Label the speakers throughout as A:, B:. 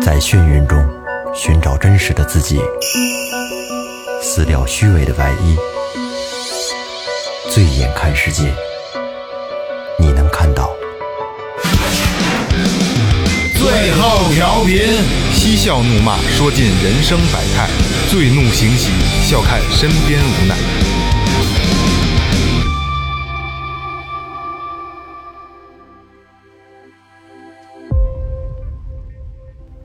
A: 在眩晕中寻找真实的自己，撕掉虚伪的外衣，醉眼看世界，你能看到。
B: 最后调频，
C: 嬉笑怒骂，说尽人生百态；醉怒行喜，笑看身边无奈。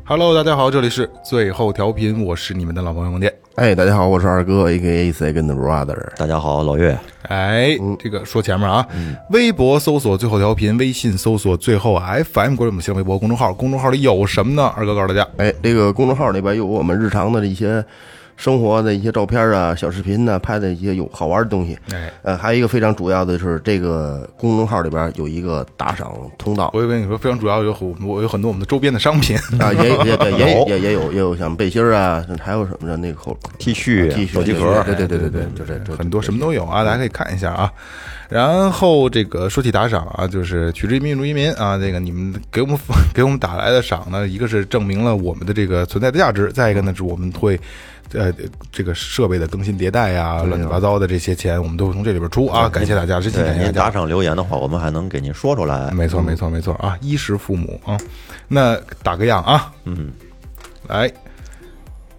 C: Hello，大家好，这里是最后调频，我是你们的老朋友萌电。
D: 哎，大家好，我是二哥，A K A Second Brother。
A: 大家好，老岳，
C: 哎，这个说前面啊，微博搜索最后调频，微信搜索最后啊哎 FM，关注我们新浪微博公众号。公众号里有什么呢？二哥告诉大家，
D: 哎，这个公众号里边有我们日常的一些生活的一些照片啊、小视频呢、拍的一些有好玩的东西。
C: 哎，
D: 呃，还有一个非常主要的是，这个公众号里边有一个打赏通道
C: 我以为你说非常主要有很我有很多我们的周边的商品，
D: 啊，也也也也也也有也有像背心儿啊，还有什么的那个口
A: T 恤
D: T 恤、
A: 手机壳
D: 对对对对对，就这就
C: 很多什么都有啊，大家可以看一下啊。然后这个说起打赏啊，就是取之于民用之于民啊，这个你们给我们给我们打来的赏呢，一个是证明了我们的这个存在的价值，再一个呢是我们会。呃，这个设备的更新迭代呀、乱七八糟的这些钱，我们都会从这里边出啊！感谢大家，真心
E: 对
C: 感谢大
E: 您
C: 家
E: 打。赏留言的话，我们还能给您说出来。
C: 哎没错，没错，没错啊！衣食父母啊，那打个样啊，嗯，来，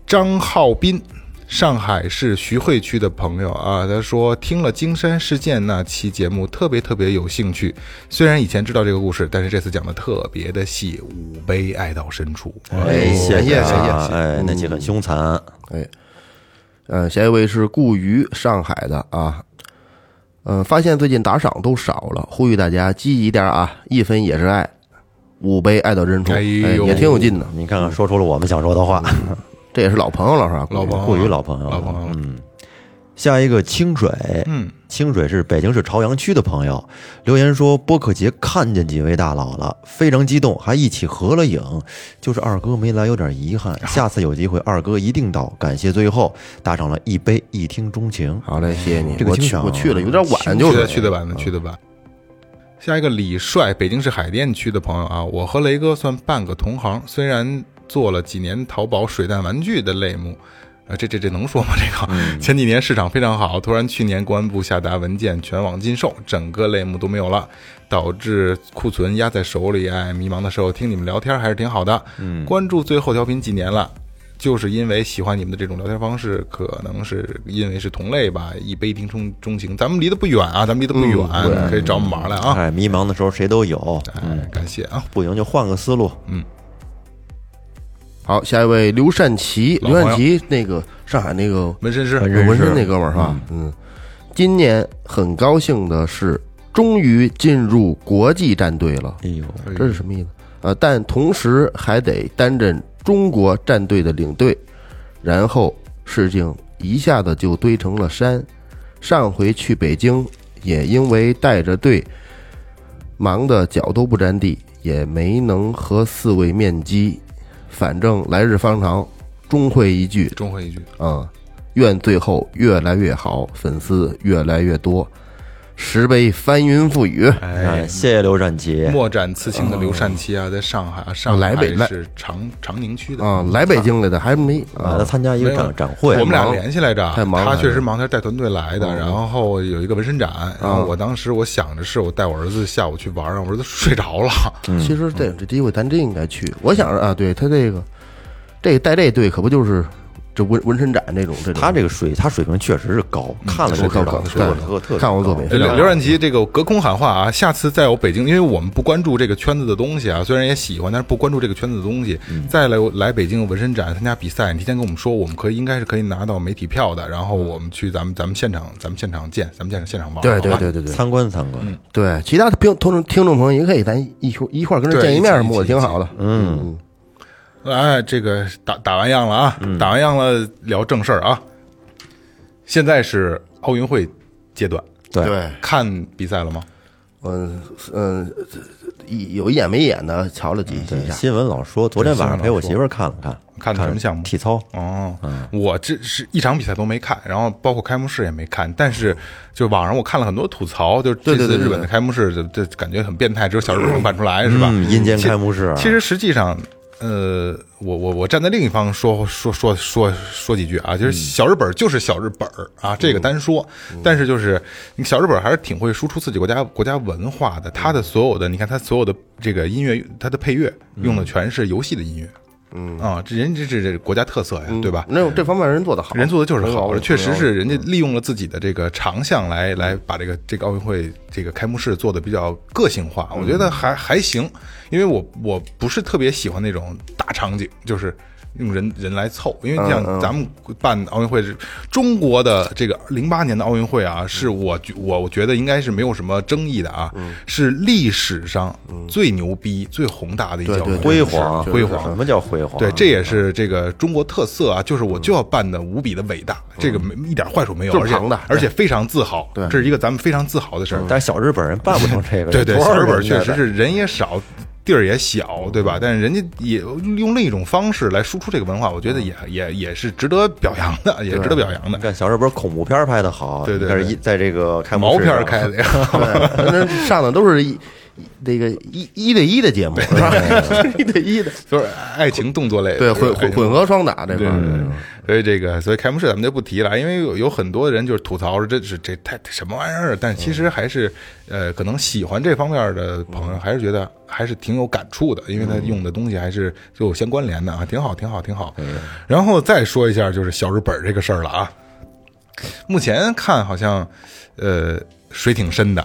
C: 张浩斌，上海市徐汇区的朋友啊，他说听了金山事件那期节目，特别特别有兴趣。虽然以前知道这个故事，但是这次讲的特别的细，五悲爱到深处。
D: 哎，
E: 谢
D: 谢
E: 谢
D: 谢
E: 啊，
D: 谢。
E: 哎，那期很凶残，
D: 哎，呃，下一位是顾瑜，上海的啊。呃，发现最近打赏都少了，呼吁大家积极点啊！一分也是爱，五杯爱到深处，
C: 哎
D: 哎
C: 呦
D: 也挺有劲的。
E: 你看看说出了我们想说的话。
D: 这也是老朋友了，是吧？
C: 老朋友，
E: 过于老朋友了，
C: 老朋友了
E: 嗯。下一个清水，
C: 嗯，
E: 清水是北京市朝阳区的朋友留言说，播客节看见几位大佬了，非常激动，还一起合了影。就是二哥没来，有点遗憾，下次有机会二哥一定到。感谢最后打赏了一杯，一听钟情。
D: 好嘞，谢谢你。
E: 这个
D: 我
E: 清
D: 去，
E: 爽
D: 我去了，有点晚，就
C: 去的
D: 是嗯
C: 去的晚的去的晚。下一个李帅，北京市海淀区的朋友啊，我和雷哥算半个同行，虽然做了几年淘宝水弹玩具的类目。啊，这这这能说吗？这个、
D: 嗯
C: 前几年市场非常好，突然去年公安部下达文件，全网禁售，整个类目都没有了，导致库存压在手里。哎，迷茫的时候听你们聊天还是挺好的。嗯，关注最后调频几年了，就是因为喜欢你们的这种聊天方式，可能是因为是同类吧，一杯听钟钟情，咱们离得不远啊，咱们离得不远，
D: 嗯
C: 可以找我们玩来啊。
E: 哎，迷茫的时候谁都有，
C: 哎，感谢啊，
E: 不行就换个思路。
D: 好，下一位刘善奇，
C: 老
D: 刘
C: 朋友
D: 善奇那个上海那个
C: 纹身师，
D: 有纹身那哥们儿是吧？嗯，今年很高兴的是，终于进入国际战队了。
E: 哎呦，
C: 哎
D: 这是什么意思？呃，但同时还得担任中国战队的领队，然后事情一下子就堆成了山。上回去北京，也因为带着队，忙得脚都不沾地，也没能和四位面基。反正来日方长，终会一聚
C: 中哎回一句，
D: 啊、愿最后越来越好，粉丝越来越多，石碑翻云覆雨。
E: 哎，谢谢刘善奇。
C: 莫展刺青的刘善奇啊，在上海啊，上海
D: 嗯哦来北来
C: 是长长宁区的
D: 啊，来北京来的还没
E: 啊，
D: 啊
E: 他，参加一个展展会，
C: 我们俩
D: 忙
C: 联系来着，
D: 太忙了嗯
C: 他确实忙，他是带团队来的，然后有一个纹身展，然后我当时我想着是我带我儿子下午去玩，让我儿子睡着了，
D: 其实
C: 嗯
D: 这这机会咱真应该去。我想着啊，对他这个，这带这队可不就是这纹纹身展这种这种。
E: 他这个水，他水平确实是高，
C: 嗯
E: 看了就知道，
D: 是
E: 水
D: 高
E: 准特特别
D: 看过作
E: 高
D: 品
C: 对刘刘善奇，这个我隔空喊话啊！下次再有北京，因为我们不关注这个圈子的东西啊，虽然也喜欢，但是不关注这个圈子的东西。
D: 嗯
C: 再来来北京纹身展参加比赛，你提前跟我们说，我们可以应该是可以拿到媒体票的，然后我们去咱们咱们现场咱们现场见，咱们现场现场玩。
D: 嗯对对
C: 好吧
D: 对对对
E: 参观参观。
C: 嗯
D: 对，其他的听听众听众朋友也可以咱一块一块儿跟这
C: 对
D: 见
C: 一
D: 一
C: 起
D: 面
C: 一
D: 什
C: 起
D: 么的，
C: 一
D: 挺
C: 起
D: 好的。嗯，
C: 哎，这个打打完样了啊，打完样了聊正事儿啊。现在是奥运会阶段，
E: 对，
C: 看比赛了吗？
D: 嗯嗯，一有一眼没一眼的瞧了
C: 嗯
D: 几几
E: 对，
D: 下，
E: 新闻老说，昨天晚上陪我媳妇儿看了看，
C: 看的什么项目？
E: 体操。
C: 哦，
D: 嗯
C: 我这是一场比赛都没看，然后包括开幕式也没看，但是就网上我看了很多吐槽，就是这
D: 对
C: 次
D: 对对
C: 日本的开幕式，这这感觉很变态，只有小日本能办出来，是吧？
E: 嗯阴间开幕式
C: 其其实实际上，呃，我我我站在另一方说说说说说几句啊，就是小日本就是小日本儿啊，这个单说。但是就是小日本还是挺会输出自己国家国家文化的，它的所有的你看它所有的这个音乐，它的配乐用的全是游戏的音乐，嗯啊，这人这这这国家特色呀，
D: 嗯
C: 对吧？
D: 那这方面人做的好，嗯
C: 人做的就是好，
D: 很
C: 确实
D: 很好
C: 是人家利用了自己的这个长项来来把这个这个奥运会这个开幕式做的比较个性化，我觉
D: 嗯
C: 得还还行，因为我我不是特别喜欢那种大场景，就是。用人人来凑，因为
D: 嗯
C: 像咱们办奥运会是中国的这个零八年的奥运会啊，是
D: 嗯
C: 我觉我我觉得应该是没有什么争议的啊，是历史上最牛逼、最宏大的一届
D: 嗯对对
E: 辉
D: 对
E: 煌，
C: 辉煌
E: 什么叫辉煌？
C: 对，这也是这个中国特色啊，就是我就要办的无比的伟大，这个没一点坏处没有，
D: 嗯就是
C: 而且
D: 庞大
C: 而且非常自豪，
D: 对嗯
C: 这是一个咱们非常自豪的事儿。
E: 但是小日本人办不成这个，
C: 对对，
E: 多
C: 小
E: 少
C: 日本
E: 人家
C: 确实
E: 的
C: 是人也少，地儿也小，对
D: 嗯
C: 吧？但是人家也用另一种方式来输出这个文化，我觉
D: 嗯
C: 得也也也是值得表扬的，也值得表扬的
E: 你。看小日本恐怖片儿拍的好，
C: 对对
E: 但是
C: 对
E: 一在这个开幕
C: 毛
E: 式
C: 片儿
D: 啊
E: 上
C: 开的呀，
D: 对，那上的都是一一那个一一对一的节目，是吧？ 一对一的，
C: 就是爱情动作类的，
D: 对混
C: 爱
D: 混
C: 情
D: 混合双打这块
C: 对
D: 儿，
C: 对对，所以这个，所以开幕式咱们就不提了，因为有有很多人就是吐槽，这是这太什么玩意儿，啊但其实还是，呃，可能喜欢这方面的朋友还是觉得还是挺有感触的，因为他用的东西还是就有相关联的啊，挺好，挺好，挺好。然后再说一下就是小日本这个事儿了啊，目前看好像，呃，水挺深的，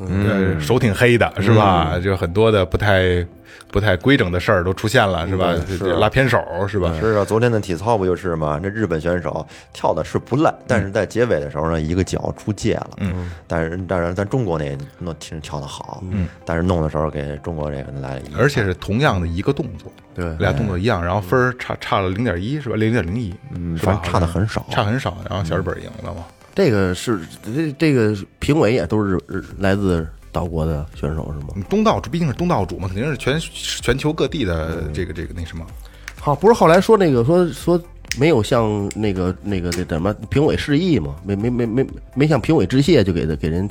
C: 嗯，手挺黑的是吧？就很多的不太不太规整的事儿都出现了是吧？这这拉偏手是吧？
E: 是啊，昨天的体操不就是吗？那日本选手跳的是不赖，但是在结尾的时候呢，一个脚出界了。嗯，但是当然咱中国那也弄其实跳的好，嗯，但是弄的时候给中国这个来了一个，
C: 而且是同样的一个动作，
D: 对
C: 俩动
E: 哎
C: 作一样，然后分儿差差了零点一是吧？零点零一，嗯
E: 反正差的很少。
C: 差很少，然后小日本赢了嘛。
D: 这个是这这个评委也都是日来自岛国的选手是吗？
C: 你嗯东道主毕竟是东道主嘛，肯定是全全球各地的这个这个那什么，
D: 好，啊不是后来说那个说说没有向那个那个那什么评委示意吗？没没没没没向评委致谢就给他给人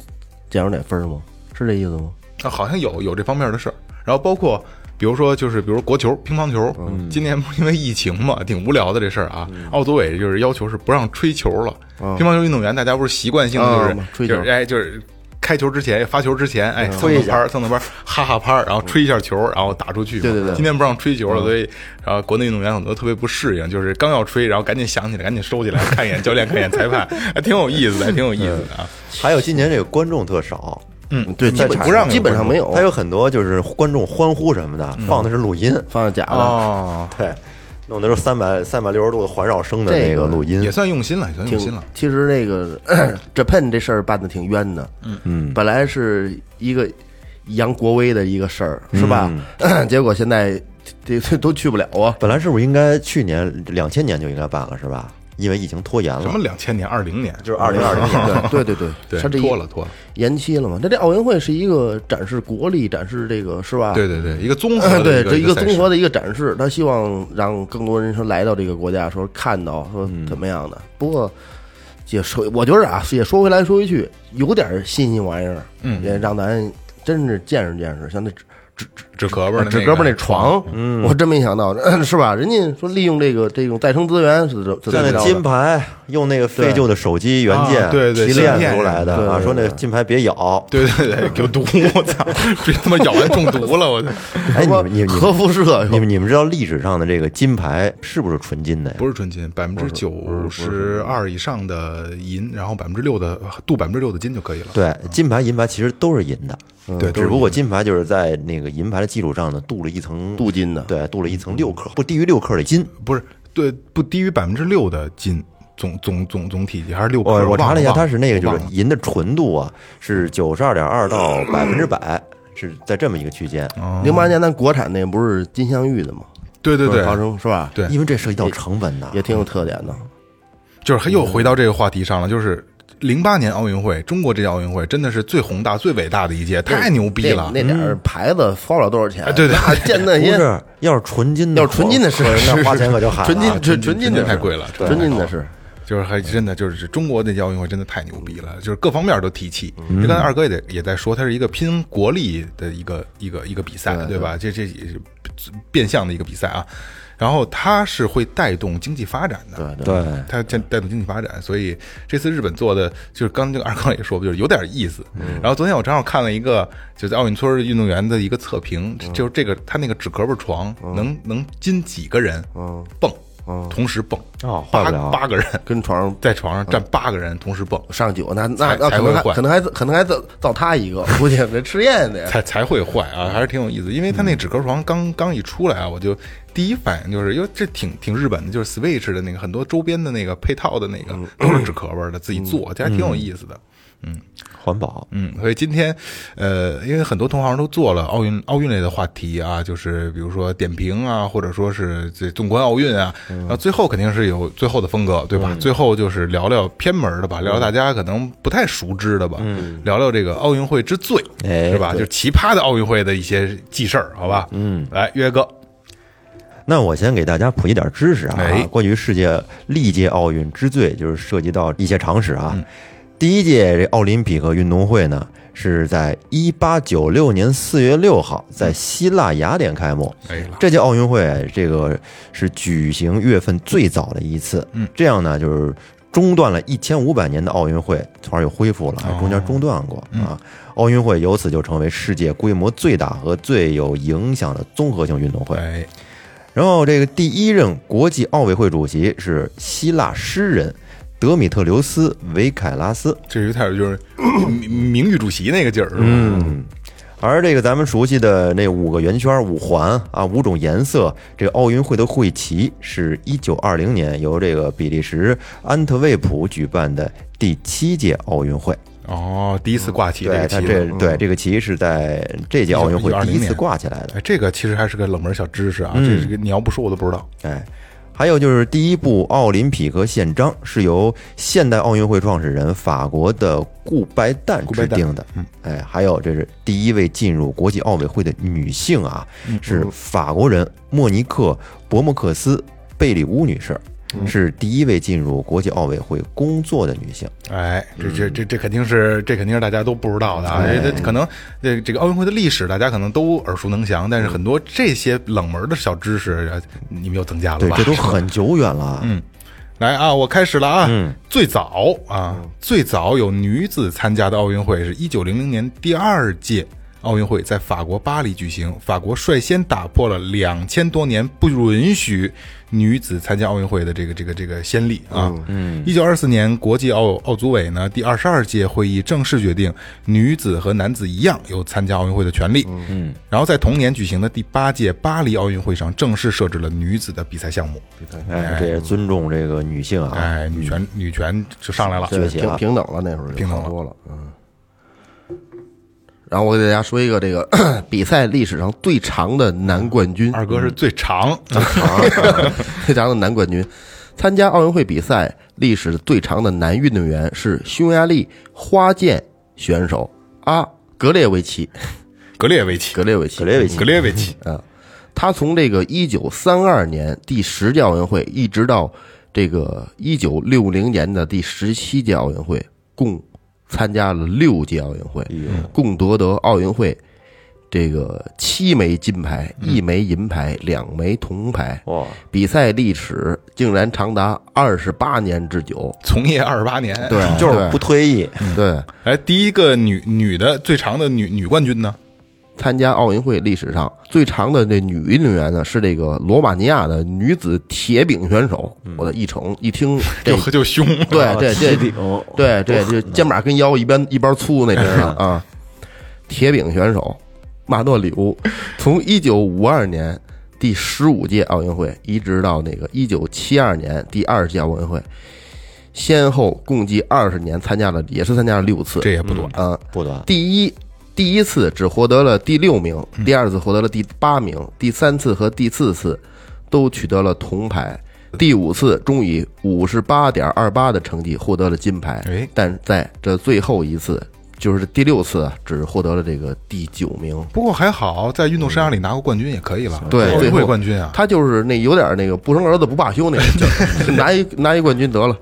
D: 减少点分儿吗？是这意思吗？
C: 啊，好像有有这方面的事儿。然后包括比如说就是比如国球乒乓球，
D: 嗯
C: 今年不是因为疫情嘛，挺无聊的这事儿啊。奥组委就是要求是不让吹球了，乒乓球运动员大家不是习惯性的就是、
D: 啊吹球嗯
C: 就是哎就是。开球之前，发球之前，哎，蹭蹭拍儿，蹭蹭拍儿，哈哈拍儿，然后吹一下球，然后打出去嘛。
D: 对对对嗯
C: 今天不让吹球了，所以，然后国内运动员很多特别不适应，就是刚要吹，然后赶紧想起来，赶紧收起来，看一眼教练，看一眼裁判，还挺有意思的，还挺有意思的 啊。
E: 还有今年这个观众特少，
D: 嗯，对，基
E: 在
D: 本
E: 场
D: 不
E: 上
D: 让，基本上没有，
E: 他有很多就是观众欢呼什么的，放的是录音，
D: 放的假的。
C: 哦，
E: 对，弄的是三百三百六十度的环绕声的
D: 这
E: 那个
D: 个
E: 录音，
C: 也算用心了，也算用心
D: 挺
C: 了。，
D: 其实那个 Japan 这事儿办的挺冤的，嗯嗯，本来是一个扬国威的一个事儿，是吧？ 结果现在这这都去不了啊，
E: 本来是不是应该去年两千年就应该办了是吧？因为疫情拖延了，
C: 什么两千年、二零年，
E: 就是二零二零年。
D: 对对对
C: 对，
D: 他这一
C: 拖了拖了
D: 延期了嘛？那这奥运会是一个展示国力，展示这个是吧？
C: 对对对，一个综合
D: 嗯，
C: 的
D: 对，这
C: 一
D: 一个
C: 赛事
D: 综合的一个展示，他希望让更多人说来到这个国家，说看到说怎么样的。不过也说，我觉着啊，也说回来说回去，有点新新玩意儿，嗯，也让咱真是见识见识。像那纸呃
C: 纸壳儿吧，
D: 纸胳膊那，床，嗯，我真没想到， 是吧？人家说利用这个这种再生资源是怎怎
E: 像
D: 么
E: 那
D: 着
E: 金
D: 的？
E: 牌用那个废旧的手机原件
C: 啊对对
E: 提
C: 芯
E: 炼
C: 片
E: 出来的
D: 对
E: 啊，
D: 对
E: 说那金牌别咬。
C: 对对对，有毒，我操，别他妈咬完中毒了，我操，
E: 哎，你们你们
D: 核辐射，
E: 你们你们知道历史上的这个金牌是不是纯金的呀？
C: 不是纯金，百分之九十二以上的银，然后百分之六的镀百分之六的金就可以了。
E: 对，金牌、银牌其实都是银的，
C: 嗯对
E: 只不过金牌就是在那个银牌的基础上呢，镀了一层
D: 镀金的
E: 对，镀了一层六克，不低于六克的金。
C: 不是对，不低于百分之六的金，总总总总体积还是六克。
E: 哦我我查了一下，
C: 忘
E: 它是那个就
C: 我
E: 是
C: 忘了
E: 银的纯度啊，是九十二点二到百分之百，是在这么一个区间。
D: 零八年咱国产那不是金镶玉的吗？
C: 哦啊对对对，
D: 号称是吧？
C: 对
E: 因为这涉及到成本的，
D: 也挺有特点的。
C: 就是又回到这个话题上了，就是。零八年奥运会，中国这届奥运会真的是最宏大、最伟大的一届，太牛逼了！哎
D: 那那点儿牌子花不了多少钱，
C: 对对
D: 那见 那
E: 不
D: 些
E: 是要是纯金的，
D: 哎要是纯金的是
E: 那花钱可就喊了
D: 纯金
E: 啊
D: 纯
C: 纯
D: 纯
C: 金
D: 金的
C: 太贵了
D: 纯金的是。
C: 就是还真的就是中国那届奥运会真的太牛逼了，就是各方面都提气。
D: 嗯
C: 就刚才二哥也得也在说，它是一个拼国力的一个一个一个比赛，对吧？这这也是变相的一个比赛啊。然后它是会带动经济发展的，
D: 对对，
E: 对，
C: 它带带动经济发展，所以这次日本做的就是刚这个二刚也说，就是有点意思。
E: 嗯
C: 然后昨天我正好看了一个，就在奥运村运动员的一个测评，
E: 嗯
C: 就是这个他那个纸壳儿床能能进几个人
D: 嗯
C: 蹦，
D: 嗯，
C: 同时蹦，
E: 哦，坏
C: 八
E: 不了，嗯
C: 八个人
D: 跟床上
C: 在床上站八个人同时蹦，
D: 上酒，那那
C: 才
D: 那可
C: 才
D: 能还
C: 会换
D: 可能还可能还造造他一个，我估计这吃 宴的呀。
C: 才才会坏啊，还是挺有意思。因为他
E: 嗯
C: 那纸壳床刚刚一出来啊，我就第一反应就是，因为这挺挺日本的，就是 Switch 的那个很多周边的那个配套的那个
E: 嗯
C: 都是纸壳儿的，自己做，这还挺有意思的。
E: 环保，
C: 嗯，所以今天，呃，因为很多同行都做了奥运奥运类的话题啊，就是比如说点评啊，或者说是这纵观奥运啊，
E: 嗯
C: 然后最后肯定是有最后的风格，对吧？最后就是聊聊偏门儿的
E: 嗯
C: 吧，聊聊大家可能不太熟知的吧，聊聊这个奥运会之最，
E: 哎
C: 是吧？就奇葩的奥运会的一些记事儿，好吧？嗯，来约哥，
E: 那我先给大家普及点知识啊，
C: 哎
E: 关于世界历届奥运之最，就是涉及到一些常识
D: 嗯
E: 啊。第一届这奥林匹克运动会呢，是在一八九六年四月六号在希腊雅典开幕。
C: 哎，
E: 这届奥运会这个是举行月份最早的一次，
C: 嗯
E: 这样呢就是中断了一千五百年的奥运会，从而又恢复了，还中间中断过、啊。奥运会由此就成为世界规模最大和最有影响的综合性运动会。
C: 哎，
E: 然后这个第一任国际奥委会主席是希腊诗人德米特留斯·维凯拉斯，
C: 这有点就是 名名誉主席那个劲儿，是吧？
E: 嗯，而这个咱们熟悉的那五个圆圈、五环啊，五种颜色，这个奥运会的会旗是一九二零年由这个比利时安特卫普举办的第七届奥运会。
C: 哦，第一次挂起这
E: 对，
C: 个
E: 它
C: 旗嗯
E: 这
C: 子。
E: 对这个旗是在这届奥运会第一次挂起来的。
C: 哎，这个其实还是个冷门小知识啊，
E: 嗯
C: 这是个你要不说我都不知道。
E: 哎，还有就是第一部奥林匹克宪章是由现代奥运会创始人法国的顾拜旦
C: 顾拜
E: 制
C: 旦嗯
E: 定的。哎，还有这是第一位进入国际奥委会的女性啊，
C: 嗯
E: 是法国人莫尼克·伯莫克斯·贝里乌女士。
C: 嗯
E: 是第一位进入国际奥委会工作的女性，
C: 哎，这这这这肯定是这肯定是大家都不知道的啊！这这可能这这个奥运会的历史大家可能都耳熟能详，但是很多这些冷门的小知识呃你们又增加了
E: 对，
C: 吧？
E: 这都很久远了。啊
C: 嗯来啊，我开始了啊！最早啊，最早有女子参加的奥运会是一九零零年第二届奥运会在法国巴黎举行，法国率先打破了两千多年不允许女子参加奥运会的这个这个这个先例啊。嗯，一九二四年国际奥奥组委呢第二十二届会议正式决定，女子和男子一样有参加奥运会的权利。嗯，然后在同年举行的第八届巴黎奥运会上正式设置了女子的比赛项目。
E: 哎，这也尊重这个女性啊。
C: 哎，女权女权就上来了。
E: 对
D: 嗯
E: 不
D: 对，
E: 起啊
D: 平平等了，那时候就
C: 平等了
D: 好多了，嗯。然后我给大家说一个这个 比赛历史上最长的男冠军，
C: 二哥是最长，
D: 长 最长的男冠军。参加奥运会比赛历史最长的男运动员是匈牙利花剑选手阿格列维奇，
C: 格列维奇，
D: 格列维奇，嗯
E: 格列维奇
C: 格列维奇，
D: 他从这个一九三二年第十届奥运会一直到这个一九六零年的第十七届奥运会，共参加了六届奥运会，
E: 哎
D: 共夺得奥运会这个七枚金牌、一枚银牌、两枚铜牌，
E: 哇，
C: 嗯
D: 比赛历史竟然长达二十八年之久。
C: 从业二十八年。，
D: 对，
E: 就是不推意。
D: 对对
C: 哎，第一个女女的最长的女女冠军呢？
D: 参加奥运会历史上最长的这女运动员呢，是这个罗马尼亚的女子铁饼选手。我的一瞅一听这
C: 就就凶，
D: 对对这
E: 顶，
D: 对对，就肩膀跟腰一般一般粗那种的啊。铁饼选手马诺里乌，从一九五二年第十五届奥运会一直到那个一九七二年第二届奥运会，先后共计二十年参加了，也是参加了六次。
C: 这也不短。
D: 啊，
E: 不短。
D: 第一第一次只获得了第六名，第二次获得了第八名，第三次和第四次都取得了铜牌，第五次终以五十八点二八的成绩获得了金牌
C: 哎，
D: 但在这最后一次就是第六次啊，只获得了这个第九名。
C: 不过还好，在运动生涯里拿过冠军也可以了，
D: 对
C: 奥
D: 最
C: 运
D: 后
C: 会冠军啊，
D: 他就是那有点那个不生儿子不罢休那个 劲儿，拿一拿一冠军得了。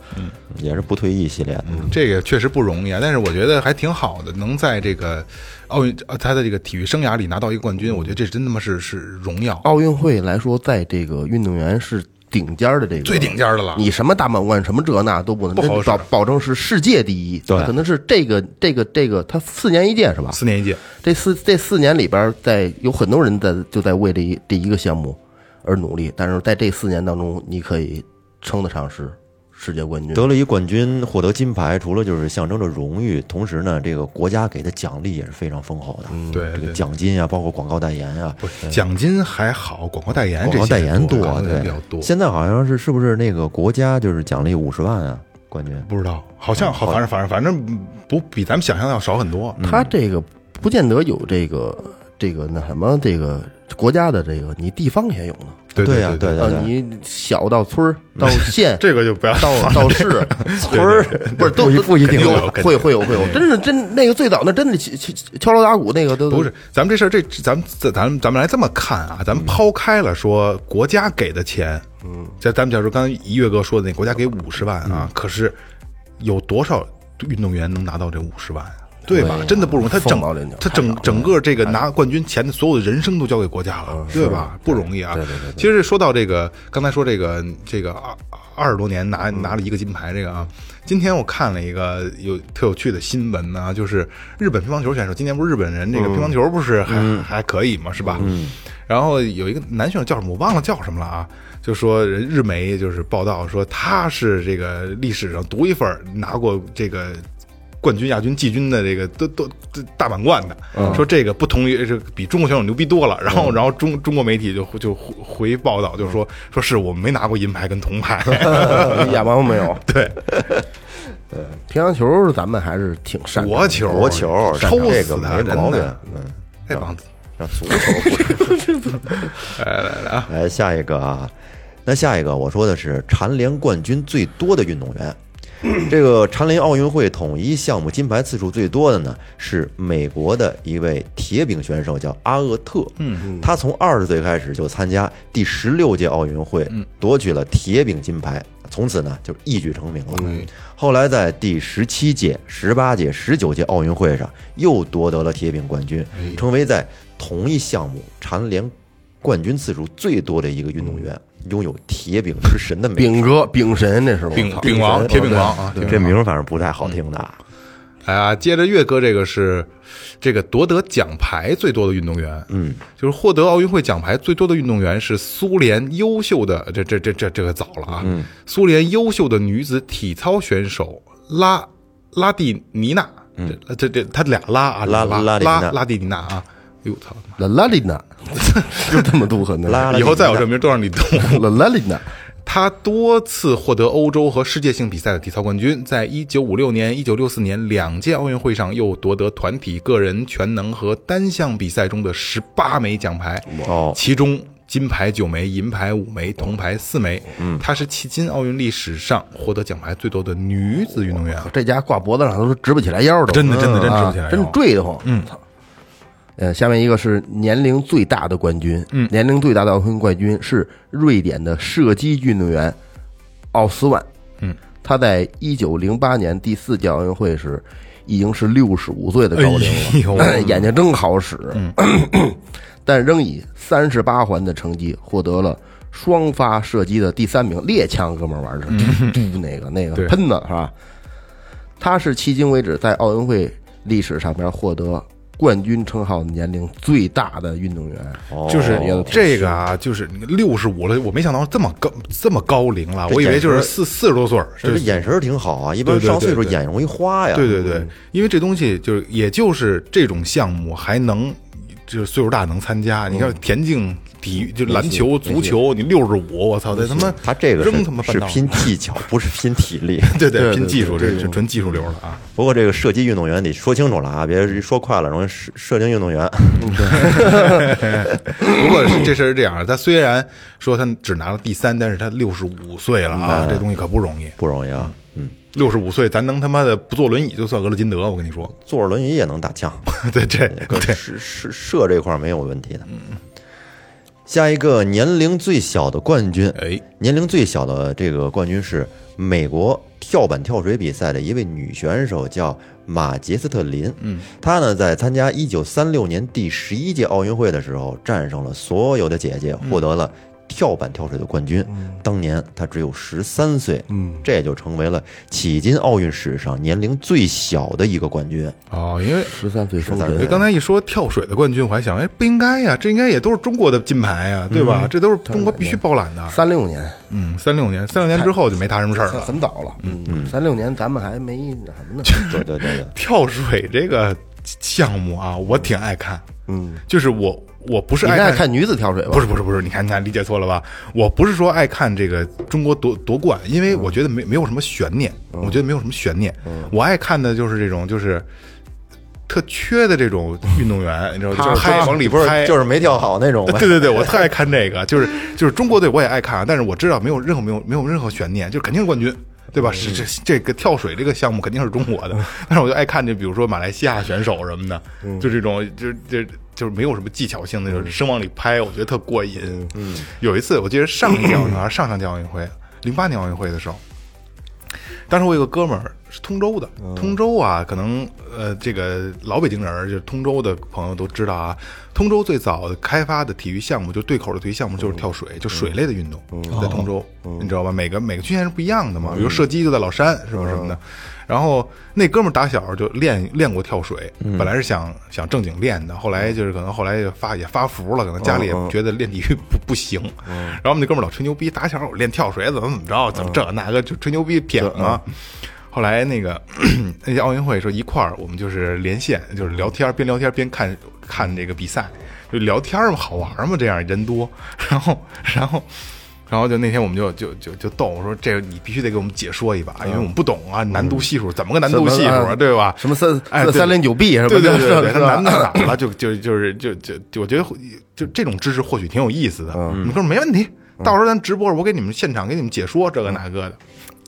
E: 也是不退役系列的。
D: 嗯
C: 这个确实不容易啊。但是我觉得还挺好的，能在这个奥运呃他的这个体育生涯里拿到一个冠军，我觉得这真他妈是是荣耀，
D: 奥运会来说，在这个运动员是顶尖儿的这个
C: 最顶尖的了。
D: 你什么大满贯，什么这那都不能
C: 不好
D: 真
C: 使
D: 保保证是世界第一，
E: 对
D: 可能是这个这个这个，他四年一届是吧？
C: 四年一届，
D: 这四这四年里边儿在，有很多人在就在为这一这一个项目而努力，但是在这四年当中，你可以称得上是世界冠
C: 嗯
D: 军。
E: 得了一冠军，获得金牌，除了就是象征着荣誉，同时呢，这个国家给的奖励也是非常丰厚的，
C: 嗯
D: 嗯
C: 对
E: 这
C: 对
E: 个奖金啊，包括广告代言啊，
C: 不是奖金还好，广告代言
E: 广
C: 哎这
E: 告
C: 些
E: 代言
C: 多，
E: 多，
C: 广告代言
E: 对
C: 比较多。
E: 现在好像是是不是那个国家就是奖励五十万啊？冠军
C: 不知道，好像好，反正反正反正不比咱们想象的要少很多。
D: 他这个不见得有这个这个那什么这个国家的这个，你地方也有呢。
C: 对
E: 对呀
C: 对。
E: 对
D: 啊，你小到村儿到县
C: 这个就不要
D: 到到市村儿不是 都
E: 不一
D: 都
E: 不一定
D: 有
C: 有肯定
D: 会会有会有，真是真那个最早那真的敲敲敲锣打鼓那个都
C: 不是，咱们这事儿，这咱们咱咱们咱们来这么看啊，咱们抛开了说国家给的钱，嗯，在咱们假如刚才一月哥说的那国家给五十万啊，可是有多少运动员能拿到这五十万啊？对吧？真的不容易，他
D: 凤
C: 整
D: 毛麟角
C: 他整整个这个拿冠军前的所有的人生都交给国家了，嗯对吧？不容易啊。其实说到这个，刚才说这个这个二二十多年拿拿了一个金牌，这个啊，今天我看了一个有特有趣的新闻啊，就是日本乒乓球选手，今年不是日本人这个乒乓球不是还、还可以嘛，是吧？嗯。然后有一个男选手叫什么，我忘了叫什么了啊，就说人日媒就是报道说他是这个历史上独一份儿拿过这个冠军、亚军、季军的这个都都都大满贯的，
E: 嗯
C: 说这个不同于这个比中国选手牛逼多了。然后，然后中中国媒体就就回回报道，就说
E: 嗯
C: 说是我们没拿过银牌跟 铜牌，
D: 亚麻没有。
C: 对，
D: 乒乓球咱们还是挺擅长
C: 国
D: 的，
C: 球
E: 国球
C: 抽
E: 这
C: 死
E: 个
C: 他
E: 没
C: 人
E: 毛病嗯
C: 呐，这帮子
E: 让足球 来来来 啊，来下一个啊，那下一个我说的是蝉联冠军最多的运动员。这个蝉联奥运会统一项目金牌次数最多的呢，是美国的一位铁饼选手，叫阿厄特。嗯，他从二十岁开始就参加第十六届奥运会，夺取了铁饼金牌，从此呢就一举成名了。后来在第十七届、十八届、十九届奥运会上又夺得了铁饼冠军，成为在同一项目蝉联冠军次数最多的一个运动员，拥有铁饼之神的美
D: 饼哥饼神这是我
C: 饼
D: 操
C: 饼王铁饼王啊，铁
E: 嗯
C: 饼
E: 这
C: 王
E: 名儿反正不太好听的啊。
C: 哎呀，接着岳哥这个是这个夺得奖牌最多的运动员，嗯，就是获得奥运会奖牌最多的运动员是苏联优秀的，这这这这这个早了啊，嗯，苏联优秀的女子体操选手拉拉蒂尼娜，嗯，这这他俩拉啊
E: 拉
C: 拉
E: 拉蒂尼娜
C: 拉拉蒂尼娜啊，哎呦操，
D: La La Lina，就这么读可能
E: 拉拉
C: 以后再有这
E: 这
C: 名都让你动。
D: La La Lina，
C: 他多次获得欧洲和世界性比赛的体操冠军，在1956年、1964年两届奥运会上又夺得团体、个人、全能和单项比赛中的18枚奖牌，
E: 哦，
C: 其中金牌九枚、银牌五枚、铜牌四枚。嗯，她是迄今奥运历史上获得奖牌最多的女子运动员。
D: 这家挂脖子上都直不起来腰的，
C: 真的真的真直不起来腰
D: 啊真坠得慌。嗯，操。呃，下面一个是年龄最大的冠军，嗯，年龄最大的奥运冠军是瑞典的射击运动员奥斯万，嗯，他在一九零八年第四届奥运会时已经是六十五岁的高
C: 哎
D: 龄
C: 呦
D: 了， 眼睛真好使， 但仍以三十八环的成绩获得了双发射击的第三名，猎枪哥们儿玩的，嘟嘟 那个那个
C: 对
D: 喷的是吧？他是迄今为止在奥运会历史上边获得冠军称号的年龄最大的运动员，
C: 就是
D: 也挺
C: 这个啊，就是六十五了，我没想到这么高这么高龄了，我以为就是四四十多岁儿，
E: 这眼神儿挺好啊，一般
C: 对对
E: 上岁数
C: 对对
E: 眼容易花呀。
C: 对对对，因为这东西就是，也就是这种项目还能，就是岁数大能参加。你看田径、体育，就篮球、足球，你六十五，我操，这他妈
E: 他这个
C: 扔他妈
E: 是是
C: 半道儿，
E: 拼技巧， 不是拼体力。
C: 对对，拼技术，这是纯技术流了啊。
E: 不过这个射击运动员得说清楚了啊，别说快了，容易射射精运动员。
C: 不过这事儿是这样的，他虽然说他只拿了第三，但是他六十五岁了啊，这东西可不容易。
E: 不容易啊。嗯，
C: 六十五岁，咱能他妈的不坐轮椅就算俄勒金德，我跟你说，
E: 坐着轮椅也能打枪，
C: 对这
E: 可
C: 对，
E: 是射射这块儿没有问题的。嗯下一个年龄最小的冠军，
C: 哎，
E: 年龄最小的这个冠军是美国跳板跳水比赛的一位女选手，叫马杰斯特林。嗯，她呢在参加1936年第十一届奥运会的时候，战胜了所有的姐姐，获得了跳板跳水的冠军。当年她只有十三岁，嗯，这也就成为了迄今奥运史上年龄最小的一个冠军。
C: 哦，因为
D: 十三岁封神
C: 对，刚才一说跳水的冠军，我还想，哎，不应该呀，这应该也都是中国的金牌呀，对
D: 嗯
C: 吧？这都是中国必须包揽的。
D: 三六年，
C: 嗯，三六年，三六年之后就没他什么事儿
D: 很
C: 了。
D: 很早了。啊嗯，三六年咱们还没那什么 呢。
E: 对对对对，
C: 跳水这个项目啊，我挺爱看，
D: 嗯，
C: 就是我我不是
D: 你
C: 爱
D: 爱看女子跳水吧？
C: 不是不是不是，你看你看理解错了吧？我不是说爱看这个中国夺夺冠，因
D: 嗯
C: 为我觉得没没有什么悬念，我觉得没有什么悬念。我爱看的就是这种就是特缺的这种运动员，你知道吗？就是
E: 嗨
C: 往里拍，
E: 就是没跳好那种呗。
C: 对对对，我特爱看这个，就是就是中国队我也爱看，但是我知道没有任何没有没有任何悬念，就是肯定是冠军。对
E: 嗯
C: 吧？是这这个跳水这个项目肯定是中 国的，但是我就爱看这，比如说马来西亚选手什么的，
E: 嗯
C: 就这种，就就就是没有什么技巧性的，就是生往里拍，我觉得特过瘾。嗯，有一次我记得上一届奥运会还是上上届奥运会，零八年奥运会的时候，当时我有个哥们儿是通州的，通州啊，可能呃，这个老北京人儿就是通州的朋友都知道啊。通州最早开发的体育项目，就对口的体育项目就是跳水，就水类的运动，在通州，你知道吧？每个每个区县是不一样的嘛，比如射击就在老山，是不是什么的？然后那哥们儿打小就练练过跳水，本来是想想正经练的，后来就是可能后来也发也发福了，可能家里也觉得练体育不不行。然后我们那哥们儿老吹牛逼，打小我练跳水怎么怎么着，怎么这那个就吹牛逼谝嘛。后来那个 那届奥运会说一块儿，我们就是连线，就是聊天儿，边聊天儿边看看这个比赛，就聊天儿嘛，好玩儿嘛，这样人多，然后然后。然后就那天我们就就就就逗我说这个你必须得给我们解说一把，因为我们不懂啊，难度系数怎么个难度系数
D: 嗯什么
C: 啊，
D: 啊
C: 对吧？
D: 什么三
C: 哎
D: 三
C: 对
D: 三零九 B 什么
C: 对
D: 的，
C: 对对对，
D: 是
C: 他
D: 吧
C: 难到哪儿了？就就就是就就就，我觉得会就这种知识或许挺有意思的。
D: 嗯
C: 你说没问题，到时候咱直播，我给你们现场给你们解说这个那个的。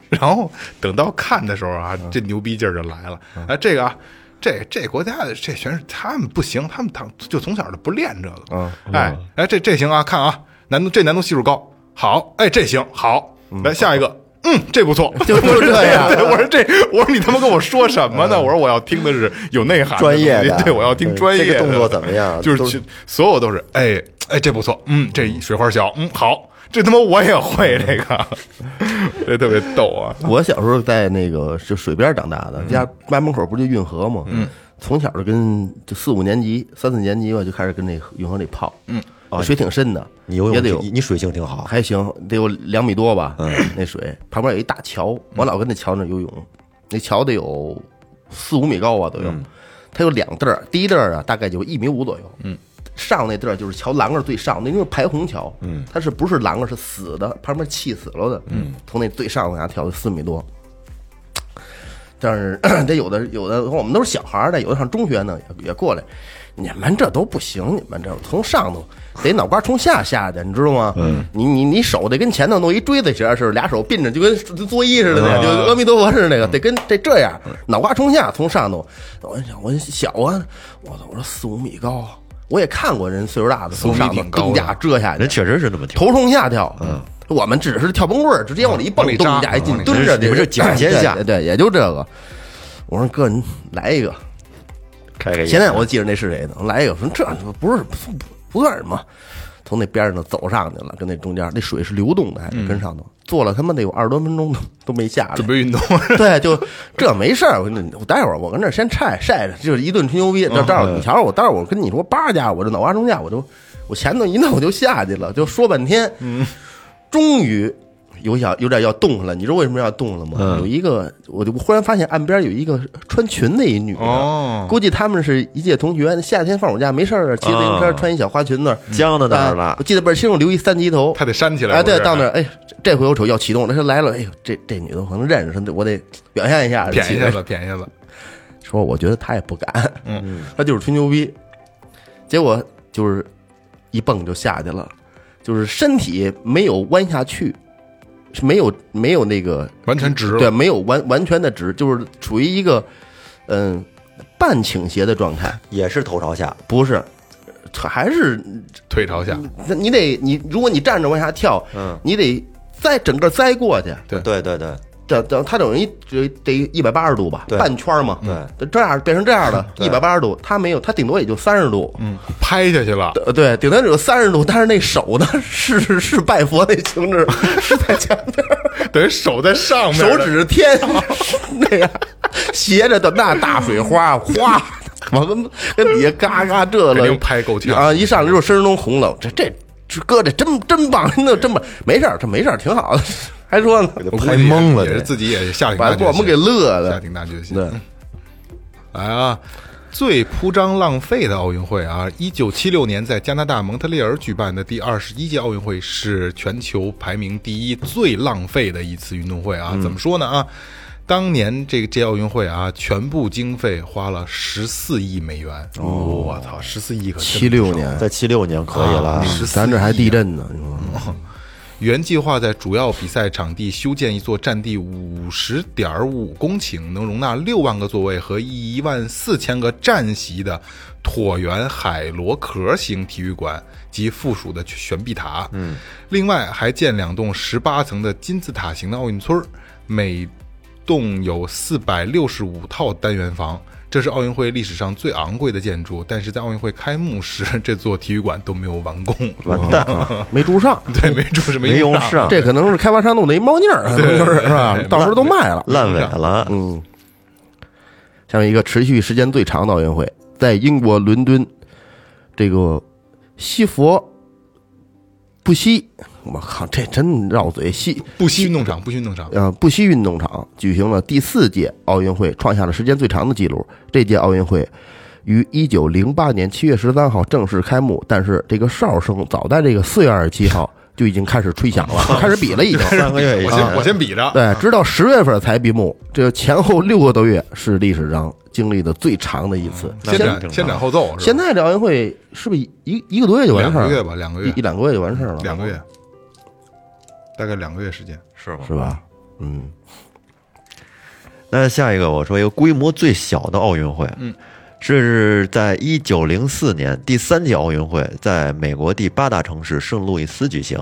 C: 然后等到看的时候啊，
D: 嗯
C: 这牛逼劲儿就来了。哎，这个啊。这这国家的这选手他们不行，他们他就从小就不练这
D: 嗯
C: 个。哎哎，这这行啊，看啊，难度这难度系数高，好，哎这行好，来下一个，嗯，这不错，
D: 就就这样嗯
C: 对， 我说这，我说你他妈跟我说什么呢？我说我要听的是有内涵的东
E: 专
C: 西、
E: 业的
C: 对，我要听专业
E: 这
C: 的。
E: 个动作怎么样
C: 就是
E: 都
C: 去所有都是，哎哎，这不错，嗯，这水花小，嗯，好，这他妈我也会这个， 这特别逗啊。
D: 我小时候在那个就水边长大的，家家门口不就运河吗？嗯，从小就跟就四五年级、三四年级吧，就开始跟那运河里泡。嗯，水挺深的，
E: 你游
D: 也
E: 泳
D: 得有
E: 你，你水性挺好，
D: 还行，得有两米多吧。嗯，那水旁边有一大桥，我老跟那桥那儿游泳，那桥得有四五米高吧，都有。它有两地儿，第一地儿啊，大概就一米五左右。嗯。上那地儿就是桥栏杆儿最上，那因为排洪桥，嗯，它是不是栏杆儿是死的，旁边气死了的，嗯，从那最上往下跳就四米多，但是 这有的有的，我们都是小孩儿的，有的上中学呢也也过来，你们这都不行，你们这从上头得脑瓜从下下去，你知道吗？嗯，你你你手得跟前头弄一锥子形儿似的，俩手并着就跟作揖似的那样，就阿弥陀佛似的那个，得跟这这样，脑瓜冲下从上头。我想我小啊，我我说四五米高，我也看过人岁数大的从
C: 米
D: 上头
C: 挺高的
D: 蹬下遮下去，
E: 人确实是那么跳。
D: 头冲下跳，嗯，我们只是跳蹦棍儿，直接往里一蹦
C: 往，里
D: 咚
C: 扎
D: 一下一进
C: 往，里扎
D: 蹲着
E: 你 们是脚尖下
D: 对对，也就这个。我说哥，你来一个，
E: 开开眼
D: 现在我记着那是谁呢？来一个，我说这不是不不算什么，从那边上走上去了，跟那中间那水是流动的，还
E: 嗯
D: 得跟上头，坐了他妈得有二十多分钟都都没下来
C: 准。备运动，
D: 对，就这没事儿。我跟你我待会儿我跟这儿先晒晒着，就是一顿吹牛逼。这
E: 嗯
D: 待会儿你瞧我，待会儿我跟你说，叭家伙我这脑瓜中下，我就我前头一弄我就下去了，就说半天。嗯， 终于有想有点要动了。你知道为什么要动了吗？
E: 嗯
D: 有一个，我就忽然发现岸边有一个穿裙的一女的，
C: 哦
D: 估计他们是一届同学。夏天放暑假没事儿，骑自行车
E: 啊
D: 穿一小花裙子，
E: 僵到那儿
D: 啊
E: 了
D: 我，记得倍儿清楚，留一三级头，
C: 他得扇起来。啊
D: 哎，对
C: 不，是
D: 到那儿，哎，这这回我瞅要启动了，他来了，哎呦，这这女的我可能认识，她我得表现一 下，
C: 舔一下
D: 起
C: 子，舔一下子，
D: 来说我觉得她也不敢，嗯，她就是吹牛逼，结果就是一蹦就下去了，就是身体没有弯下去，是没有没有那个
C: 完全直
D: 对，
C: 了，
D: 没有完完全的直，就是处于一个嗯半倾斜的状态，
E: 也是头朝下，
D: 不是，还是
C: 腿朝下，
D: 那你得你如果你站着往下跳，
E: 嗯，
D: 你得栽整个栽过去，
E: 对对对，
D: 等等，它等于得得一百八十度吧，
E: 对
D: 半圈嘛，
E: 对，
D: 这样变成这样的，
E: 对
D: 一百八十度，它没有，它顶多也就三十度，
C: 嗯，拍下去了，
D: 呃，对，顶多只有三十度，但是那手呢是是是拜佛那形制是在前面，
C: 等于手在上面，
D: 手指着天那样斜着的那大水花哗，往跟跟底下嘎嘎这
C: 肯
D: 了
C: 定，拍够呛
D: 啊！一上来之后身上都红了，这这这哥这真真棒，那真棒，没事儿，这没事儿，挺好的，还说呢，
C: 我估
E: 拍
C: 计
E: 懵了
C: 也
E: 得
C: 是自己也下挺
D: 把
C: 大
D: 给我
C: 决
D: 们
C: 心
D: 给乐
C: 下
D: 的，
C: 挺大决心。
D: 对，
C: 来啊，最铺张浪费的奥运会啊！一九七六年在加拿大蒙特利尔举办的第二十一届奥运会是全球排名第一最浪费的一次运动会啊！
D: 嗯
C: 怎么说呢啊？当年这个届奥运会啊，全部经费花了十四亿美元。我操，十四亿可真
D: 哦七六年，
E: 在七六年可以了，
C: 14
D: 咱这还
C: 亿
D: 地
C: 啊
D: 震呢，你说
C: 原计划在主要比赛场地修建一座占地五十点五公顷、能容纳六万个座位和一万四千个站席的椭圆海螺壳形体育馆及附属的悬臂塔。嗯，另外还建两栋十八层的金字塔形的奥运村儿，每栋有四百六十五套单元房。这是奥运会历史上最昂贵的建筑，但是在奥运会开幕时，这座体育馆都没有完工，
E: 完蛋，
D: 没住上，
C: 对，没注是
E: 没
C: 用
E: 用
C: 上
E: 上，
D: 这可能是开发商弄的一猫腻儿，可能就是是吧？到时候都卖了。
E: 烂尾 了，
D: 嗯，下面一个持续时间最长的奥运会，在英国伦敦，这个西佛布希，我靠，这真绕嘴，西
C: 不惜运动场，不惜运动场，
D: 呃布希运动场举行了第四届奥运会，创下了时间最长的记录。这届奥运会于一九零八年七月十三号正式开幕，但是这个哨声早在这个四月二十七号就已经开始吹响 了，开始比了已经。
E: 三个月以
C: 我
D: 啊
E: 上
C: 先我先比着，
D: 对，直到十月份才闭幕，这前后六个多月是历史上经历的最长的一次。
E: 那
C: 先
D: 现
E: 正
C: 斩先斩后奏是吧？
D: 现在这奥运会是不是一一个多月就完
C: 两
D: 事儿
C: 个月
D: 了？
C: 吧，两个
D: 一
C: 月
D: 一，啊两个月就完事儿了，
C: 两个月，大概两个月时间。
E: 是吗？
D: 是吧？嗯，
E: 那下一个我说一个规模最小的奥运会，
C: 嗯，
E: 这是在一九零四年第三届奥运会在美国第八大城市圣路易斯举行，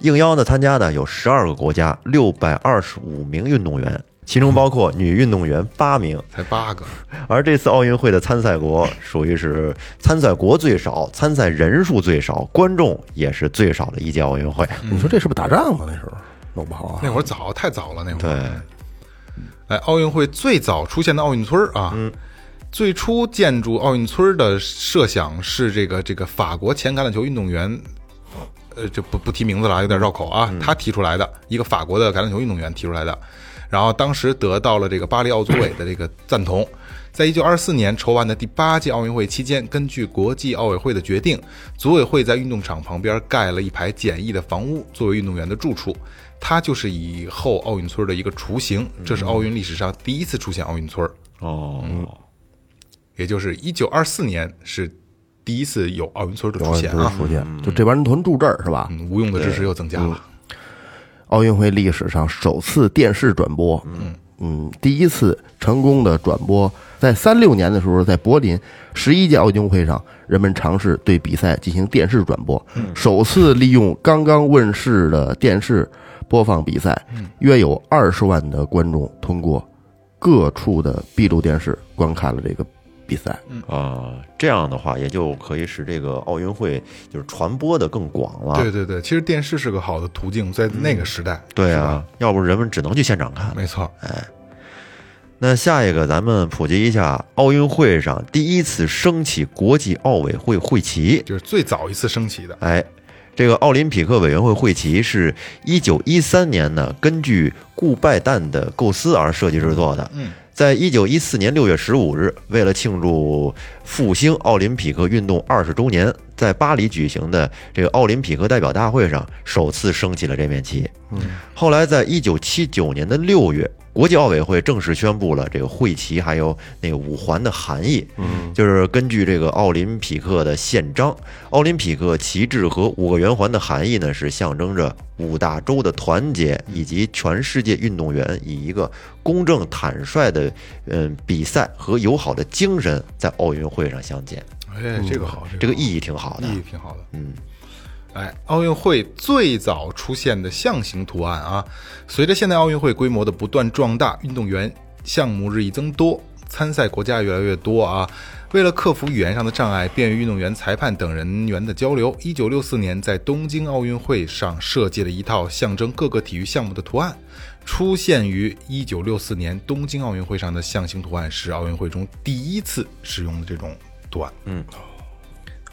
E: 应邀呢参加的有十二个国家，六百二十五名运动员，其中包括女运动员八名。
C: 才八
D: 啊
C: 个，
E: 而这次奥运会的参赛国属于是参赛国最少，参赛人数最少，观众也是最少的一届奥运会。
C: 嗯
D: 你说这是不是打仗啊？那时候弄不好啊。
C: 那会儿早，太早了，那会
E: 对
C: 儿。哎，奥运会最早出现的奥运村儿啊，
D: 嗯
C: 最初建筑奥运村儿的设想是这个这个法国前橄榄球运动员，呃，就不不提名字了啊，有点绕口啊，他提出来的一个法国的橄榄球运动员提出来的，然后当时得到了这个巴黎奥组委的这个赞同。在一九二四年筹办的第八届奥运会期间，根据国际奥委会的决定，组委会在运动场旁边盖了一排简易的房屋，作为运动员的住处。它就是以后奥运村的一个雏形，这是奥运历史上第一次出现奥运村儿，嗯
E: 哦，
C: 也就是一九二四年是第一次有奥运村的
D: 有
C: 出现啊。
D: 出现，就这帮人团住这儿是吧？
C: 嗯，无用的知识又增加了。
D: 奥运会历史上首次电视转播，嗯第一次成功的转播，在三六年的时候，在柏林十一届奥运会上，人们尝试对比赛进行电视转播，
C: 嗯
D: 首次利用刚刚问世的电视播放比赛，
C: 嗯
D: 约有二十万的观众通过各处的闭路电视观看了这个比赛。
E: 啊，这样的话也就可以使这个奥运会就是传播的更广了。
C: 对对对，其实电视是个好的途径，在那个时代，
E: 对啊，要不人们只能去现场看。
C: 没错。
E: 那下一个，咱们普及一下奥运会上第一次升起国际奥委会会旗。
C: 就是最早一次升旗的，
E: 哎，这个奥林匹克委员会会旗是一九一三年呢，根据顾拜旦的构思而设计制作的。
C: 嗯，
E: 在一九一四年六月十五日，为了庆祝复兴奥林匹克运动二十周年，在巴黎举行的这个奥林匹克代表大会上，首次升起了这面旗。嗯，后来在一九七九年的六月，国际奥委会正式宣布了这个会旗还有那个五环的含义，嗯，就是根据这个奥林匹克的宪章，奥林匹克旗帜和五个圆环的含义呢，是象征着五大洲的团结以及全世界运动员以一个公正坦率的嗯比赛和友好的精神在奥运会上相见，
C: 哎，这个好，
E: 嗯这
C: 个
E: 个意义挺好的
C: 意。义挺好的。
E: 嗯，
C: 哎，奥运会最早出现的象形图案啊，随着现代奥运会规模的不断壮大，运动员项目日益增多，参赛国家越来越多啊。为了克服语言上的障碍，便于运动员、裁判等人员的交流，一九六四年在东京奥运会上设计了一套象征各个体育项目的图案，出现于一九六四年东京奥运会上的象形图案是奥运会中第一次使用的这种图案。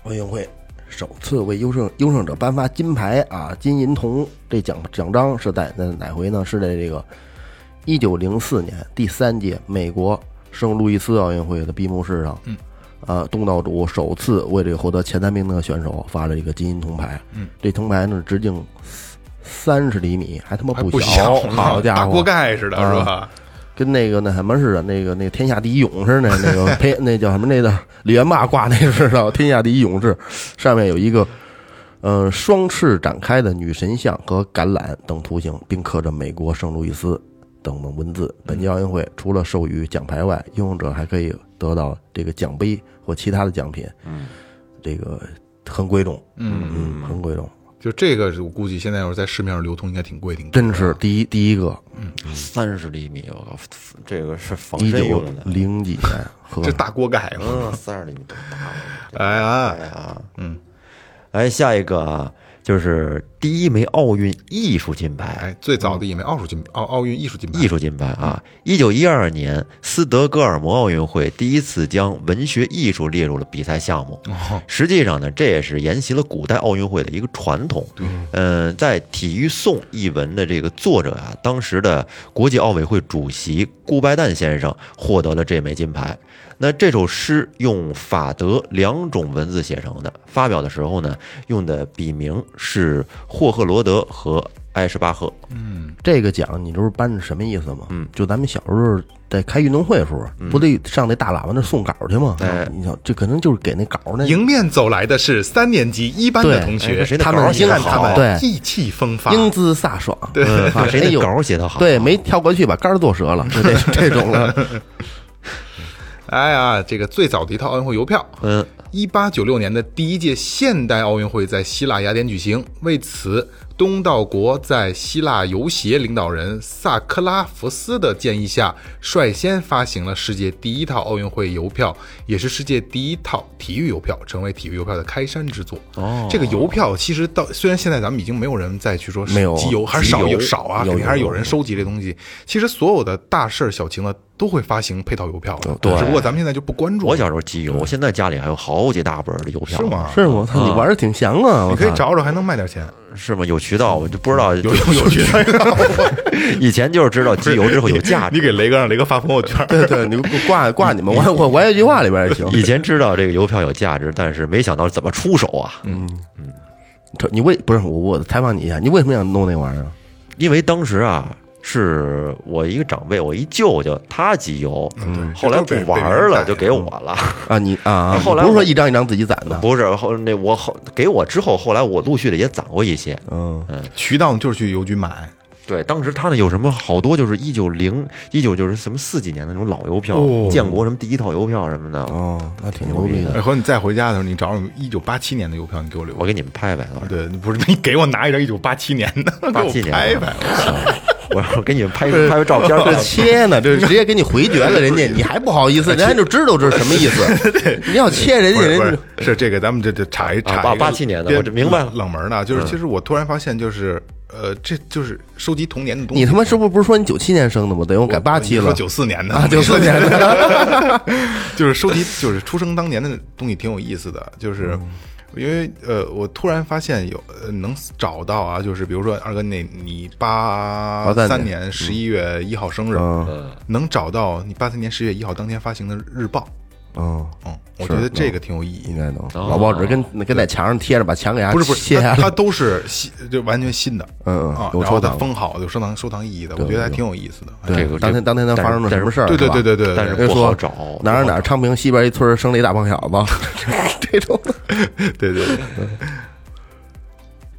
D: 奥运会首次为优胜优胜者颁发金牌啊，金银铜这奖奖章是在那哪回呢？是在这个一九零四年第三届美国圣路易斯奥运会的闭幕式上，嗯，呃，东道主首次为这个获得前三名的选手发了一个金银铜牌，嗯，这铜牌呢直径三十厘米，还他妈
C: 还哎不
D: 小，
C: 呢
D: 好家伙，
C: 大锅盖似的，
D: 啊
C: 是吧？
D: 跟那个那什么似的，那个那个天下第一勇士那那个呸， 那叫什么那个李元霸挂那个似的，天下第一勇士上面有一个呃双翅展开的女神像和橄榄等图形，并刻着美国圣路易斯等等文字。本届奥运会除了授予奖牌外，拥有者还可以得到这个奖杯或其他的奖品。嗯，这个很贵重，嗯嗯，很贵重，
C: 就这个，我估计现在要是在市面上流通，应该挺贵，挺贵
D: 真是第一第一个
E: 三十厘米，我靠，这个是防
D: 一
E: 身
D: 九
E: 用的。
D: 零几年和
C: 这大锅盖嘛。
E: 嗯，三十厘米多大了？
C: 哎呀，
E: 哎呀，
C: 嗯，
E: 来下一个啊，就是第一枚奥运艺术金牌，
C: 哎，最早的一枚奥数金奥奥运艺术金牌，
E: 艺术金牌啊！一九一二年斯德哥尔摩奥运会第一次将文学艺术列入了比赛项目。实际上呢，这也是沿袭了古代奥运会的一个传统。嗯、在《体育颂》一文的这个作者啊，当时的国际奥委会主席顾拜旦先生获得了这枚金牌。那这首诗用法德两种文字写成的，发表的时候呢，用的笔名是霍赫罗德和埃什巴赫。
D: 这个奖你知道颁是什么意思吗？嗯，就咱们小时候在开运动会的时候，不得上那大喇叭那送稿去吗？
E: 哎
D: 你想这可能就是给那稿那
C: 迎面走来的是三年级一班的
D: 对
C: 同
E: 哎这
C: 学，
E: 谁的
D: 他
E: 稿
D: 们
E: 儿写
D: 先
E: 得
D: 看他
E: 好
D: 们
E: 啊
D: 对
C: 意气风发，
D: 英姿飒爽，对
E: 把呃谁
D: 有
E: 的稿儿写得好？
D: 对，没挑过去把杆儿剁折了，就这这种了。
C: 哎呀，这个最早的一套奥运会邮票，
E: 嗯，
C: 一八九六年的第一届现代奥运会在希腊雅典举行，为此，东道国在希腊游协领导人萨克拉福斯的建议下，率先发行了世界第一套奥运会邮票，也是世界第一套体育邮票，成为体育邮票的开山之作。哦，这个邮票其实到虽然现在咱们已经没有人再去说
D: 没有
C: 集邮，还是
D: 集
C: 少
D: 邮
C: 有少啊，
D: 有
C: 肯定还是
D: 有
C: 有人收集这东西。其实所有的大事儿小情呢，都会发行配套邮票的，
E: 对
C: 只不过咱们现在就不关注了。
E: 我小时候集邮，我现在家里还有好几大本儿的邮票，
C: 是？吗？
D: 是吗？操，你玩的挺详啊！我
C: 你可以
D: 操，
C: 找找，还能卖点钱。
E: 是吗？有渠道，我就不知道。有
C: 有 有渠道，
E: 以前就是知道集邮之后有价值，
C: 你给雷哥让雷哥发朋 友圈。
D: 对对，你挂挂你们，我我我有一句话里边也行。
E: 以前知道这个邮票有价值，但是没想到怎么出手啊！
C: 嗯
D: 这你为不是我我采访你一下，你为什么想弄那玩意儿？啊
E: 因为当时啊，是我一个长辈，我一舅舅他集邮，
C: 嗯
E: 嗯后来不玩儿了，就给我了。
D: 啊，你啊啊，
E: 后来
D: 不是
E: 我
D: 说一张一张自己攒的，
E: 不是后那我后给我之后，后来我陆续的也攒过一些，
D: 嗯，
C: 渠道就是去邮局买，
E: 对，当时他那有什么好多就是一九零一九就是什么四几年的那种老邮票，
C: 哦
E: 建国什么第一套邮票什么的。
D: 哦，那挺牛逼的。
C: 然后你再回家的时候，你找找一九八七年的邮票，你给我留
E: 我。给你们拍拍，我
C: 对，你不是你给我拿一张一九八七年的，给
E: 八
C: 我
E: 七年
C: 拍拍。
E: 我我给你们拍个拍个照片儿，啊
D: 这切呢，这直接给你回绝了，人家你还不好 意思，人家就知道这是什么意思。哎你要切人
C: 不
D: 家，
C: 是
D: 人
C: 不
D: 家
C: 是，是这个，咱们这这查一
E: 啊
C: 查一
E: 八
C: 个
E: 87年的
C: 别
E: 我这明白了嗯
C: 冷门的，啊就是其实我突然发现，就是呃，这就是收集童年的东西。啊
D: 你他妈是不是不是说你九七年生的吗？等于我改八七
C: 你说
D: 了，
C: 九四年的
D: 啊，九四年的，
C: 就是收集，就是出生当年的东西挺有意思的，就是。因为呃，我突然发现有呃能找到啊，就是比如说二哥那，你八三
D: 83
C: 年十一月一号生日，能找到你八三年十月一号当天发行的日报，
D: 嗯，
C: 嗯，我
D: 是
C: 觉得这个挺有意义
D: 应。该能。
F: 哦
D: 老报纸跟跟在墙上贴着，把墙给它
C: 不是不
D: 卸
C: 是，
D: 下
C: 它
D: 来
C: 它。都是新，就完全新的
D: 嗯
C: 啊，
D: 嗯，有
C: 然
D: 收
C: 后它
D: 藏。
C: 封好，有收藏收藏意义的，我觉得还挺有意思的。哎
D: 对
F: 这，个
D: 当
F: 这
D: 天
F: 个
D: 当天它
F: 但
D: 发
F: 是
D: 生了
F: 但
D: 什
F: 是
D: 么事儿？
C: 对对
D: 是吧
C: 对对对，
F: 但是
C: 对
F: 不
D: 说
F: 好找，
D: 哪儿哪儿昌平西边一村儿生了一大胖小子，这种。
C: 对对，对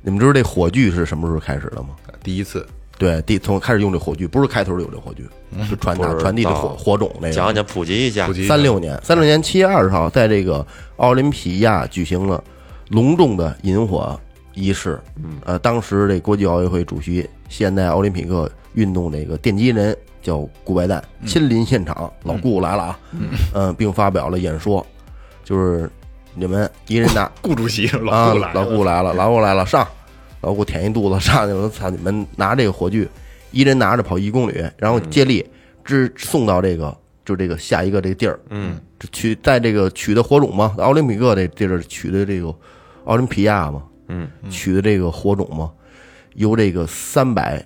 D: 你们知道这火炬是什么时候开始的吗？
C: 第一次
D: 对，第从开始用这火炬，不是开头有这火炬，
C: 嗯
D: 是传达
F: 不知道
D: 传递这火火种那
F: 讲
D: 个。
F: 讲普及一下
C: 普，及
D: 三六年，三六年七月二十号，在这个奥林匹亚举行了隆重的引火仪式。嗯，呃，当时这国际奥委会主席、现代奥林匹克运动这个奠基人叫顾拜旦，亲临现场，老顾来了啊，嗯、并发表了演说，就是你们一人拿
C: 顾主席老
D: 啊，
C: 顾来了
D: 老顾来了，老顾来了，上，老顾舔一肚子上去了，我说操，你们拿这个火炬，一人拿着跑一公里，然后接力支送到这个就这个下一个这个地儿，嗯，取在这个取的火种嘛，奥林匹克这地儿取的这个奥林匹亚嘛，嗯，取的这个火种嘛，由这个三百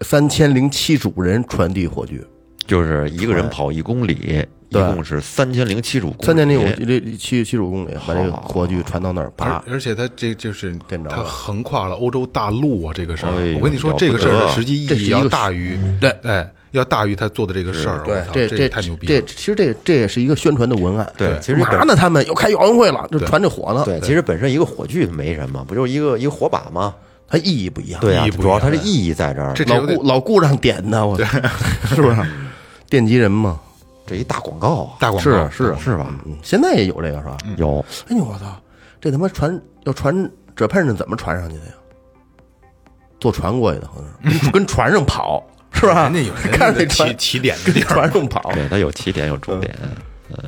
D: 三千零七十五人传递火炬，
F: 就是一个人跑一公里，一
D: 对
F: 共是三千零七十五公里，
D: 三千零五这七七十五公里把这个
F: 好
D: 火炬传到那儿，啪
C: 而，而且它这就是
D: 电啊着了哦
C: 它横跨了欧洲大陆啊，这个事儿
F: 哎呦，
C: 我跟你说，
F: 了不
C: 这个事儿的
F: 得
C: 实际意
D: 这是
C: 义
D: 一个
C: 要大于
D: 对
C: 哎，要大于他做的这个事儿。
D: 对
C: 我操，
D: 这
C: 这太牛逼
D: 这
C: 了！
D: 其实这这也是一个宣传的文案。
E: 对其实
D: 嘛呢？他们又开奥运会了，就传这火呢。
E: 对，其实本身一个火炬没什么，不就是一个一个火把吗？
D: 它意义不一样。
E: 对啊呀，
C: 意义不一样
E: 主要它的意义在这儿。
C: 这
D: 老
C: 有点
D: 顾老顾让点的，我是不是？ 奠基人嘛，
E: 这一大广告啊，嗯
C: 大广告
D: 是啊是啊
E: 是吧？
D: 嗯现在也有这个是吧？
E: 有
D: 哎呦我操，这他妈传要传这喷是怎么传上去的呀？坐船过去的，好像是跟船上跑是吧
C: 人家有？人家
D: 看
C: 的
D: 这
C: 起
D: 船
C: 起点的
D: 跟
C: 地儿，
D: 船上跑，
E: 对
F: 对，它有起点有终点。嗯，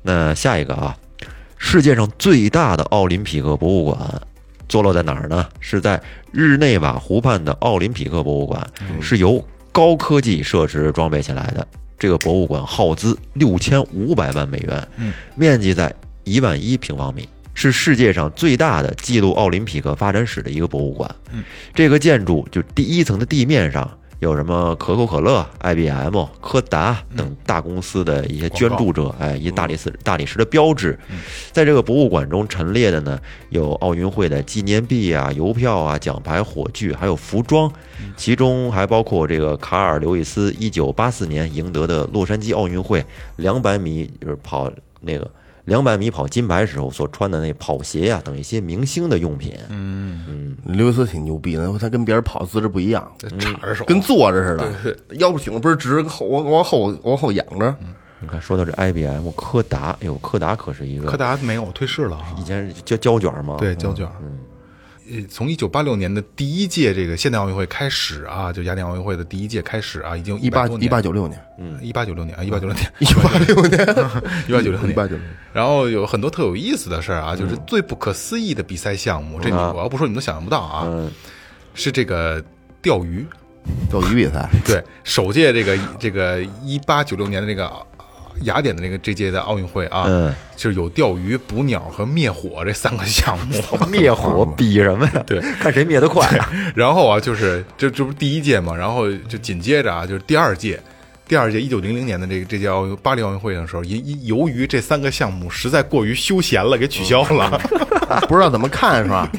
F: 那下一个啊，世界上最大的奥林匹克博物馆坐落在哪儿呢？是在日内瓦湖畔的奥林匹克博物馆，是由高科技设施装备起来的。这个博物馆耗资六千五百万美元，面积在一万一平方米，是世界上最大的记录奥林匹克发展史的一个博物馆。这个建筑就第一层的地面上有什么可口可乐、IBM、柯达等大公司的一些捐助者，哎，一大理石大理石的标志，在这个博物馆中陈列的呢有奥运会的纪念币啊、邮票啊、奖牌、火炬，还有服装，
C: 嗯
F: 其中还包括这个卡尔·刘易斯1984年赢得的洛杉矶奥运会200米就是跑那个。200米跑金牌时候所穿的那跑鞋呀、等一些明星的用品，
C: 嗯
D: 刘易斯挺牛逼的，他跟别人跑姿势不一样，
C: 插着手
D: 嗯跟坐着似的，腰挺得倍儿直，后往往后往后仰着。
E: 你看，说到这 IBM 柯达，哎呦，柯达可是一个
C: 柯达没有退市了啊
E: 以，前是叫胶卷嘛，
D: 嗯
C: 对胶卷。呃，从一九八六年的第一届这个现代奥运会开始啊，就雅典奥运会的第一届开始啊，已经
D: 一八一
C: 一
D: 八九六年，
C: 一八九六 年啊，一八九六年，
D: 一八六年，
C: 一八九六
D: 一
C: 年
D: 八，九六，
C: 然后有很多特有意思的事儿
E: 嗯
C: 啊，就是最不可思议的比赛项目，这你我要不说你们都想象不到啊，
E: 嗯，
C: 是这个钓鱼。
D: 钓鱼比赛，
C: 对，首届这个这个一八九六年的这个啊雅典的这个这届的奥运会啊，
E: 嗯
C: 就是有钓鱼、捕鸟和灭火这三个项目。
E: 灭火比什么呀？
C: 对，
E: 看谁灭得快。
C: 然后啊，就是这这不是第一届嘛，然后就紧接着啊，就是第二届。第二届一九零零年的这个这届奥运巴黎奥运会的时候，因因由于这三个项目实在过于休闲了，给取消了。
D: 不知道怎么看 是吧？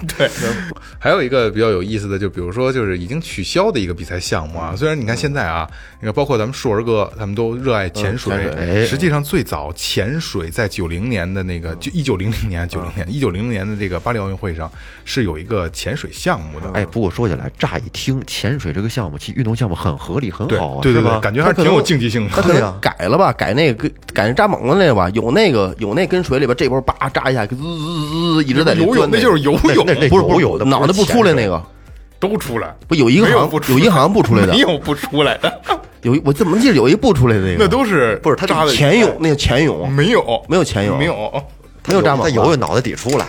C: 还有一个比较有意思的，就比如说就是已经取消的一个比赛项目啊。虽然你看现在啊，你看包括咱们硕儿哥他们都热爱潜水，实际上最早潜水在九零年的那个就一九零零年啊九零年一九零零年的这个巴黎奥运会上是有一个潜水项目的。
E: 哎，不过说起来，乍一听潜水这个项目，其实运动项目很合理，很
C: 对
E: 好啊，
C: 对对
E: 是吧
C: 对，？感觉还是挺有竞技性
D: 他
C: 的。
D: 可能改了吧，改那个跟改那扎猛子那个吧，有那个有那跟水里边这波叭扎一下，滋滋滋滋一直在
C: 游 泳那就是游泳
E: 那那
D: 不是不
E: 游
D: 是
E: 泳的
D: 脑袋不出来那个，
C: 都出来，
D: 不有一个
C: 没有
D: 行
C: 不出
D: 有一行不出来 的
C: 没，有不出来的，
D: 有一我怎么记得有一不出来的那
C: 那
D: 个，
C: 都是
E: 不是他这
C: 扎的
D: 潜泳那个潜泳啊
C: 没有
D: 没有潜泳啊
C: 没有。
D: 没有
E: 他
D: 扎猛
E: 游
D: 子，啊
E: 泳脑袋底出来，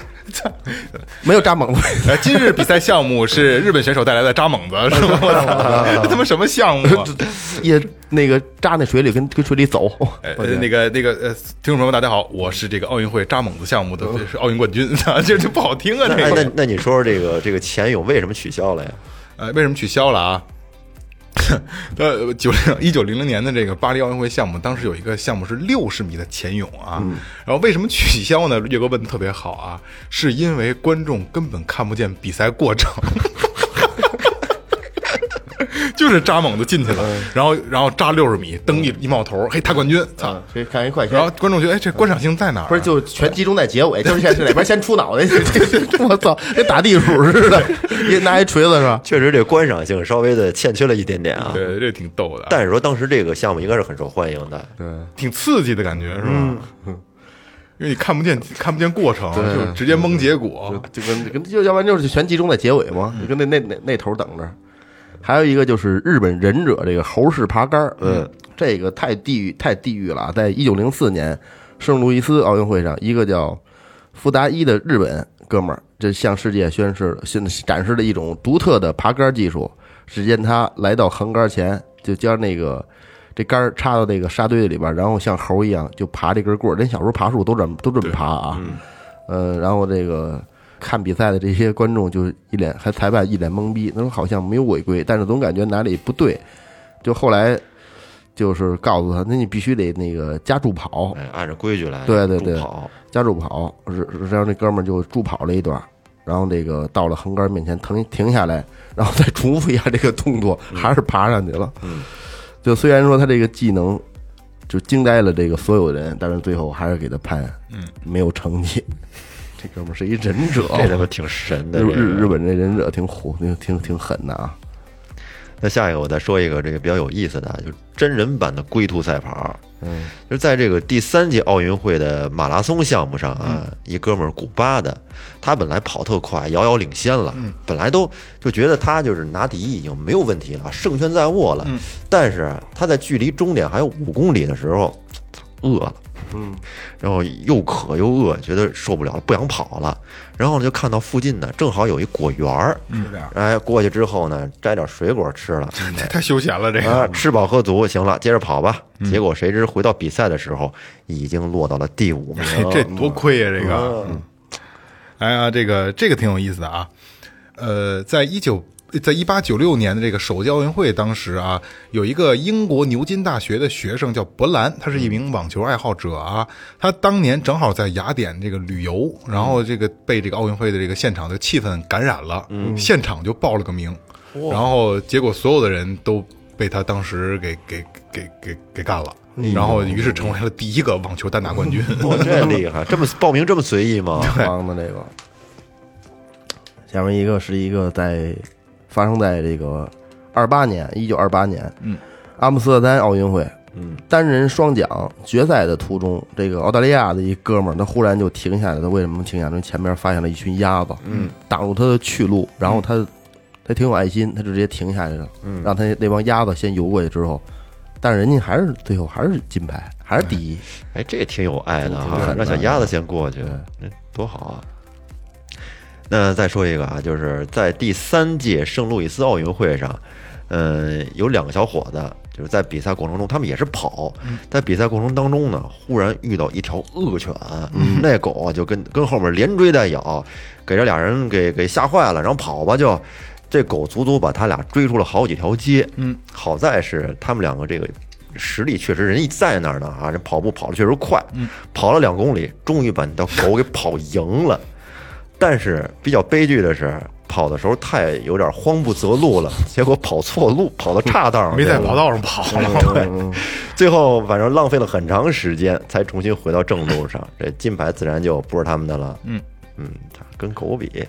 D: 没有扎猛 子，啊
C: 呃，今日比赛项目是日本选手带来的扎猛子，是吗？我操这他妈什么项 目啊？
D: 也那个扎那水里跟跟水里走，
C: 呃， 那个那个呃，听众朋友们，大家好，我是这个奥运会扎猛子项目的是奥运冠军， 啊，这这不好听啊，
E: 哎
C: 这，
E: 那
C: 个
E: 那你说说这个这个潜泳为什么取消了呀？
C: 呃，为什么取消了啊？ 呃，九零一九零零年的这个巴黎奥运会项目，当时有一个项目是六十米的潜泳啊，
D: 嗯
C: 然后为什么取消呢？岳哥问的特别好啊，是因为观众根本看不见比赛过程。 就是扎猛子进去了，
D: 嗯
C: 然后然后扎六十米，蹬一一冒头，嘿，他冠军，操！
D: 啊，可以看一块钱
C: 然。后观众觉得，哎，这观赏性在哪儿啊？
D: 不是，就全集中在结尾，就是现在哪边先出脑袋， 我操，跟打地鼠似的，一拿一锤子是吧？
E: 确实这观赏性稍微的欠缺了一点点啊。
C: 对，这挺逗的啊，
E: 但是说当时这个项目应该是很受欢迎的，
C: 挺刺激的感觉，是吧？嗯因为你看不见，看不见过程，就直接蒙结果。
D: 就跟跟就要不然就是全集中在结尾嘛，就跟那那那那头等着。还有一个就是日本忍者这个猴式爬杆儿，嗯，这个太地狱太地狱了啊！在一九零四年圣路易斯奥运会上，一个叫富达伊的日本哥们儿，这向世界宣示了，现展示了一种独特的爬杆技术。只见他来到横杆前，就将那个这杆儿插到那个沙堆里边儿，然后像猴一样就爬这根棍儿。人小时候爬树都这么都这么爬啊，呃，然后这个看比赛的这些观众就一脸，还裁判一脸懵逼，他说好像没有违规，但是总感觉哪里不对。就后来就是告诉他，那你必须得那个加助跑，
E: 哎，按照规矩来，
D: 对对对
E: 助跑
D: 加助跑，是是让这哥们儿就助跑了一段，然后这个到了横杆面前停停下来，然后再重复一下这个动作，还是爬上去了。
E: 嗯，
D: 就虽然说他这个技能就惊呆了这个所有人，但是最后还是给他判嗯没有成绩。 这哥们儿是一忍者，
E: 这他妈挺神的。
D: 日
E: 这个
D: 日日本这忍者挺虎，挺挺挺狠的啊！
E: 那下一个我再说一个这个比较有意思的啊，就是真人版的龟兔赛跑。嗯，就是在这个第三届奥运会的马拉松项目上啊，一哥们儿古巴的，他本来跑特快，遥遥领先了，本来都就觉得他就是拿第一已经没有问题了，胜券在握了。但是啊他在距离终点还有五公里的时候，饿了。然后又渴又饿，觉得受不了了，不想跑了。然后呢，就看到附近呢，正好有一果园儿，
C: 嗯
E: 哎，过去之后呢，摘点水果吃了，
C: 太太休闲了，这个
E: 啊，吃饱喝足，行了，接着跑吧。结果谁知回到比赛的时候，已经落到了第五名。
C: 哎这多亏呀，这个。嗯哎呀，这个这个挺有意思的啊。呃，在一九在一八九六年的这个首届奥运会，当时啊，有一个英国牛津大学的学生叫伯兰，他是一名网球爱好者啊。他当年正好在雅典这个旅游，然后这个被这个奥运会的这个现场的气氛感染了，嗯现场就报了个名，然后结果所有的人都被他当时给给给给给干了。然后，于是成为了第一个网球单打冠 军。
E: 哇， 这厉害！这么报名这么随意 吗？
D: 王的这个。下面一个是一个在发生在这个二八年，一九二八年，
C: 嗯，
D: 阿姆斯特丹奥运会，
E: 嗯，
D: 单人双桨决赛的途中，这个澳大利亚的一哥们儿，他忽然就停下来了。他为什么停下来？因为前面发现了一群鸭子，嗯，挡住他的去路，然后他他挺有爱心，他就直接停下来了，嗯，让他那帮鸭子先游过去之后，但是人家还是最后还是金牌，还是第一，
E: 哎，这挺有爱的
D: 挺
E: 哈，
D: 狠的
E: 让小鸭子先过去，那多好啊！那再说一个啊，就是在第三届圣路易斯奥运会上，呃，有两个小伙子就是在比赛过程中，他们也是跑，在比赛过程当中呢，忽然遇到一条恶犬，那狗啊就跟跟后面连追带咬，给这俩人给给吓坏了，然后跑吧就。这狗足足把他俩追出了好几条街，嗯，好在是他们两个这个实力确实人一在那儿呢啊，这跑步跑的确实快，跑了两公里，终于把那条狗给跑赢了。但是比较悲剧的是，跑的时候太有点慌不择路了，结果跑错路，跑到岔道上
C: 没
E: 去
C: 在
E: 了，
C: 跑道上跑了，
E: 最后反正浪费了很长时间才重新回到正路上，这金牌自然就不是他们的了。嗯嗯，跟狗比，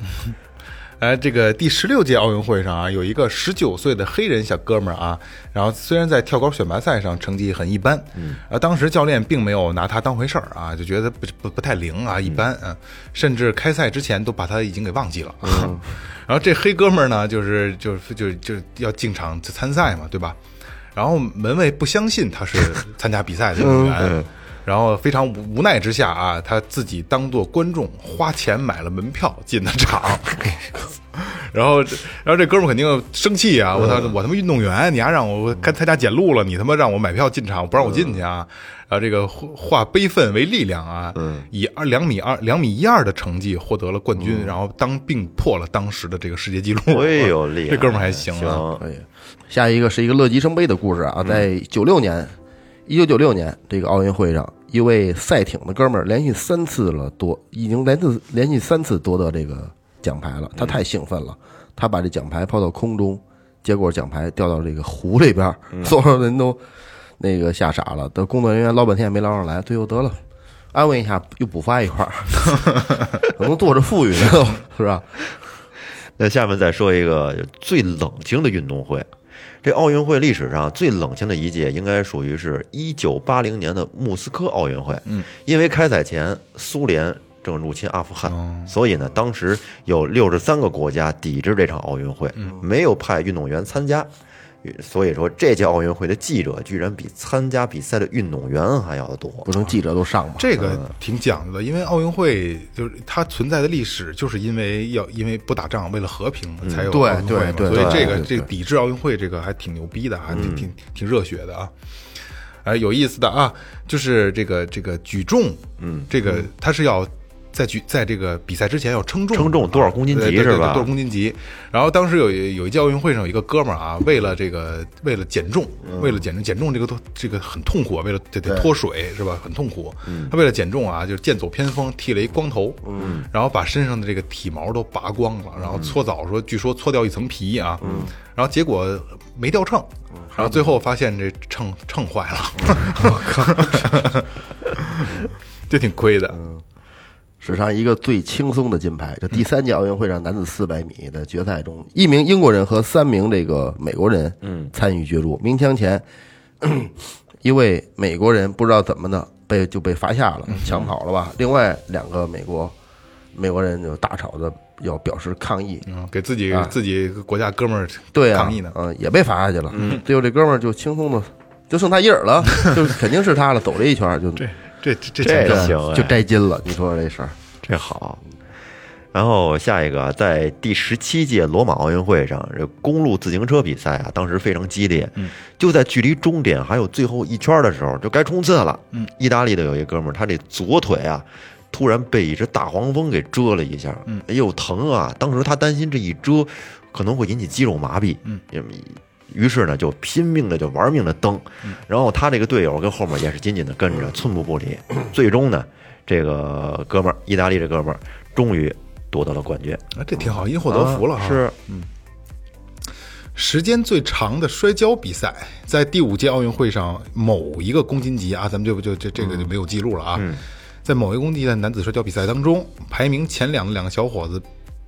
C: 哎，这个第十六届奥运会上啊，有一个十九岁的黑人小哥们儿啊，然后虽然在跳高选拔赛上成绩很一般，嗯，啊，当时教练并没有拿他当回事儿啊，就觉得不不不太灵啊，一般啊，甚至开赛之前都把他已经给忘记了。 然后这黑哥们儿呢，就是就是就就要进场参赛嘛，对吧？然后门卫不相信他是参加比赛的运动员，然后非常无无奈之下啊，他自己当做观众花钱买了门票进的场。然后这，然后这哥们儿肯定生气啊！我操，
E: 嗯
C: 我他妈运动员，你还让我看他家捡路了，你他妈让我买票进场，不让我进去
E: 嗯
C: 啊！然后这个化化悲愤为力量啊，以二两米二两米一二的成绩获得了冠军，然后当并破了当时的这个世界纪录。
E: 嗯哎呦，厉害！
C: 这哥们儿还行啊！
E: 行，
D: 哎呀，下一个是一个乐极生悲的故事啊，在九六年，一九九六年这个奥运会上，一位赛艇的哥们儿连续三次了夺，已经连次连续三次夺得这个奖牌了，他太兴奋了，他把这奖牌抛到空中，结果奖牌掉到这个湖里边儿，所有人都那个吓傻了，等工作人员捞半天也没捞上来，最后得了。安慰一下，又补发一块儿，可能坐着富裕呢，都是吧？
E: 那下面再说一个最冷清的运动会。这奥运会历史上最冷清的一届，应该属于是一九八零年的莫斯科奥运会。嗯，因为开赛前苏联正入侵阿富汗，所以呢，当时有六十三个国家抵制这场奥运会，没有派运动员参加。所以说，这届奥运会的记者居然比参加比赛的运动员还要多。
D: 不能记者都上吧？
E: 嗯
C: 这个挺讲究的，因为奥运会就是它存在的历史，就是因为要因为不打仗，为了和平
E: 嗯
C: 才有
D: 对
C: 奥运会嘛
D: 对对
C: 所以这个
D: 对对
C: 这个抵制奥运会这个还挺牛逼的，还挺
E: 嗯
C: 挺挺热血的啊。哎，有意思的啊，就是这个这个举重，嗯，这个它是要在举在这个比赛之前要称重，啊
E: 称重多少公斤级
C: 对对对
E: 是吧
C: 多少公斤级？然后当时有有一届奥运会上有一个哥们儿啊，为了这个为了减重，为了减重减重这个都这个很痛苦啊，为了得得脱水是吧？很痛苦。他为了减重啊，就是剑走偏锋，剃了一光头，嗯，然后把身上的这个体毛都拔光了，然后搓澡说，据说搓掉一层皮啊，嗯，然后结果没掉秤。然后最后发现这秤秤坏了，我靠，这挺亏的。
D: 史上一个最轻松的金牌。这第三届奥运会上男子四百米的决赛中，一名英国人和三名这个美国人，嗯，参与角逐。鸣枪前， 一位美国人不知道怎么的被就被罚下
C: 嗯
D: 了，抢跑了吧？另外两个美国美国人就大吵着要表示抗议，
C: 嗯，给自己、自己国家哥们儿
D: 对啊，
C: 抗议呢。嗯
D: 嗯，也被罚下去了。最后这哥们儿就轻松的。就剩他一人 了，就肯定是他了，走了一圈儿就
C: 这这
E: 这
C: 这
E: 个行哎
D: 就摘金了。你说说这事儿，
E: 这好。然后下一个，在第十七届罗马奥运会上，这公路自行车比赛啊，当时非常激烈。就在距离终点还有最后一圈的时候，就该冲刺了。嗯，意大利的有一哥们儿，他这左腿啊，突然被一只大黄蜂给蛰了一下。嗯，哎呦疼啊！当时他担心这一蛰可能会引起肌肉麻痹。嗯，于是呢，就拼命的就玩命的蹬，
C: 嗯
E: 然后他这个队友跟后面也是紧紧的跟着，寸步不 离。最终呢，这个哥们儿，意大利这哥们儿，终于夺得了冠军，啊
C: 啊这挺好，因祸得福了啊哈。
E: 是
C: 时间最长的摔跤比赛，在第五届奥运会上某一个公斤级啊，咱们就就这这个就没有记录了啊。
E: 嗯
C: 在某一个公斤级的男子摔跤比赛当中，排名前两的两个小伙子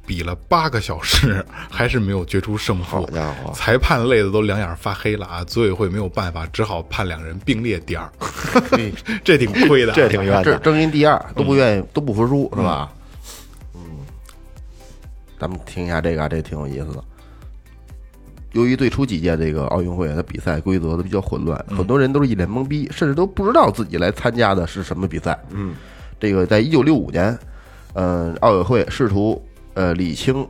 C: 比了八个小时，还是没有决出胜负。
E: 好家伙
C: 裁判累得都两眼发黑了啊！组委会没有办法，只好判两人并列 第二，这挺亏的啊，
E: 这挺冤
D: 这
E: 的。
D: 争赢第二，都不愿意，都不服输，是吧？嗯，咱们听一下这个啊，这挺有意思的。由于最初几届这个奥运会，它比赛规则都比较混乱，很多人都是一脸懵逼，甚至都不知道自己来参加的是什么比赛。嗯，这个在一九六五年，呃，奥委会试图呃理清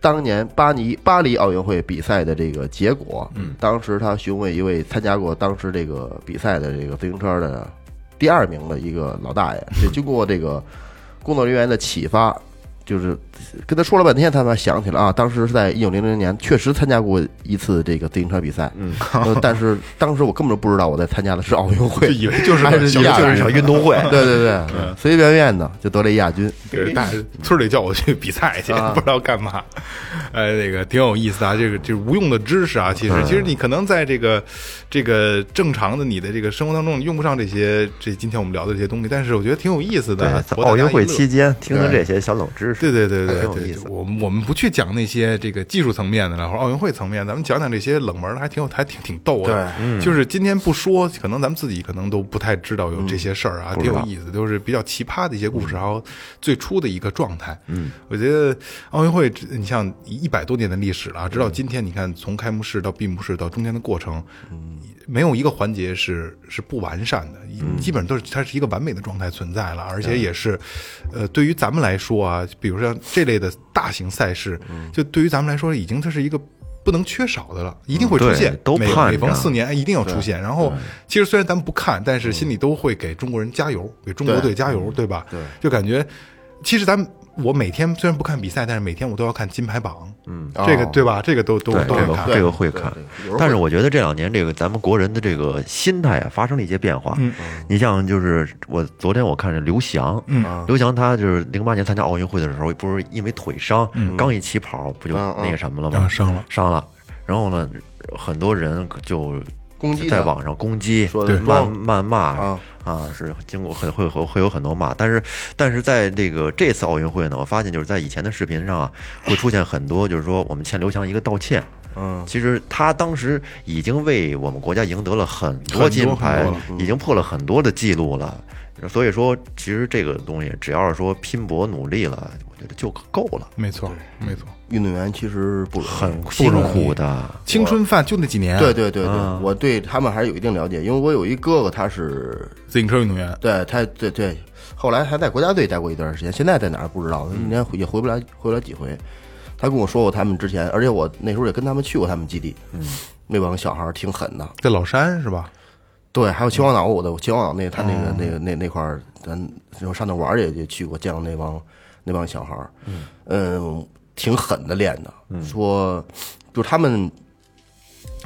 D: 当年巴黎巴黎奥运会比赛的这个结果。嗯，当时他询问一位参加过当时这个比赛的这个自行车的第二名的一个老大爷，也经过这个工作人员的启发，就是跟他说了半天，他才想起来啊，当时是在一九零零年确实参加过一次这个自行车比赛，嗯，但是当时我根本就不知道我在参加的是奥运会，
C: 就以为
E: 哎
C: 就是
D: 还是
C: 小
D: 亚
C: 就
D: 军
C: 是小
E: 运动会
D: 对对对，随随便便的就得了一亚军。
C: 对， 大村里叫我去比赛去，
E: 啊
C: 不知道干嘛。呃，那个挺有意思的啊，这个就是无用的知识啊。其
E: 嗯
C: 实，其实你可能在这个这个正常的你的这个生活当中，你用不上这些这今天我们聊的这些东西，但是我觉得挺有意思的啊。
E: 在
C: 博大家
E: 奥运会
C: 一乐
E: 期间，听听这些小冷知识，
C: 对对对对
E: 还挺有
C: 对
E: 意
C: 对
E: 思，
C: 我们我们不去讲那些这个技术层面的了，或者奥运会层面，咱们讲讲这些冷门的，还挺有，还挺挺逗的。
E: 嗯
C: 对，就是今天不说，可能咱们自己可能都不太知道有
E: 嗯
C: 这些事儿啊，挺有意思，都是比较奇葩的一些故事，然后最初的一个状态。嗯，我觉得奥运会，你像
E: 嗯
C: 一百多年的历史了啊，直到今天，你看从开幕式到闭幕式到中间的过程，没有一个环节是是不完善的，一
E: 嗯
C: 基本上都是它是一个完美的状态存在了，而且也是，呃，对于咱们来说啊，比如像这类的大型赛事，
E: 嗯
C: 就对于咱们来说，已经它是一个不能缺少的了，一定会
E: 嗯
C: 出
E: 对
C: 现，
E: 都
C: 每
E: 盼
C: 每逢
E: 着
C: 四年哎一定要出现。然后，其实虽然咱们不看，但
E: 嗯
C: 是心里都会给中国人加油，给中国队加油，对吧？对，就感觉其实咱们我每天虽然不看比赛，但是每天我都要看金牌榜，嗯，这个
D: 哦
C: 对吧？这个都都
E: 对，
C: 都
E: 这
C: 会
E: 个
C: 看，
E: 这个会看，但是我觉得这两年这个咱们国人的这个心态啊，发生了一些变化。
C: 嗯
E: 你像就是我昨天我看着刘翔，
C: 嗯
E: 刘翔他就是零八年参加奥运会的时候，不是因为腿伤，刚一起跑不就那个什么了吗？
C: 嗯啊伤了
E: 伤了。然后呢，很多人就
D: 攻击他
E: 在网上攻击，
D: 说的
E: 谩
D: 对
E: 谩骂
D: 啊
E: 啊，是经过很会会会有很多骂，但是但是在这个这次奥运会呢，我发现就是在以前的视频上啊，会出现很多就是说我们欠刘翔一个道歉。
D: 嗯，
E: 其实他当时已经为我们国家赢得了很多
C: 很多
E: 金牌
C: 很多了，
E: 已经破了很多的记录了。所以说，其实这个东西只要是说拼搏努力了，我觉得就够了。
C: 没错，没错。
D: 运动员其实不容易
E: 很辛苦的，
C: 青春饭就那几年，啊
D: 对，对对对，我对他们还是有一定了解，因为我有一哥哥，他是
C: 自行车运动员，
D: 对他对对，后来还在国家队待过一段时间，现在在哪儿不知道，那年也回不来，回不来几回。他跟我说过他们之前，而且我那时候也跟他们去过他们基地，嗯，那帮小孩儿挺狠的，
C: 在老山是吧？
D: 对，还有秦皇岛，我的秦皇岛那他那个那个那那块儿，咱就上那玩儿也也去过，见过那帮那帮小孩儿，嗯，挺狠的练的，说就他们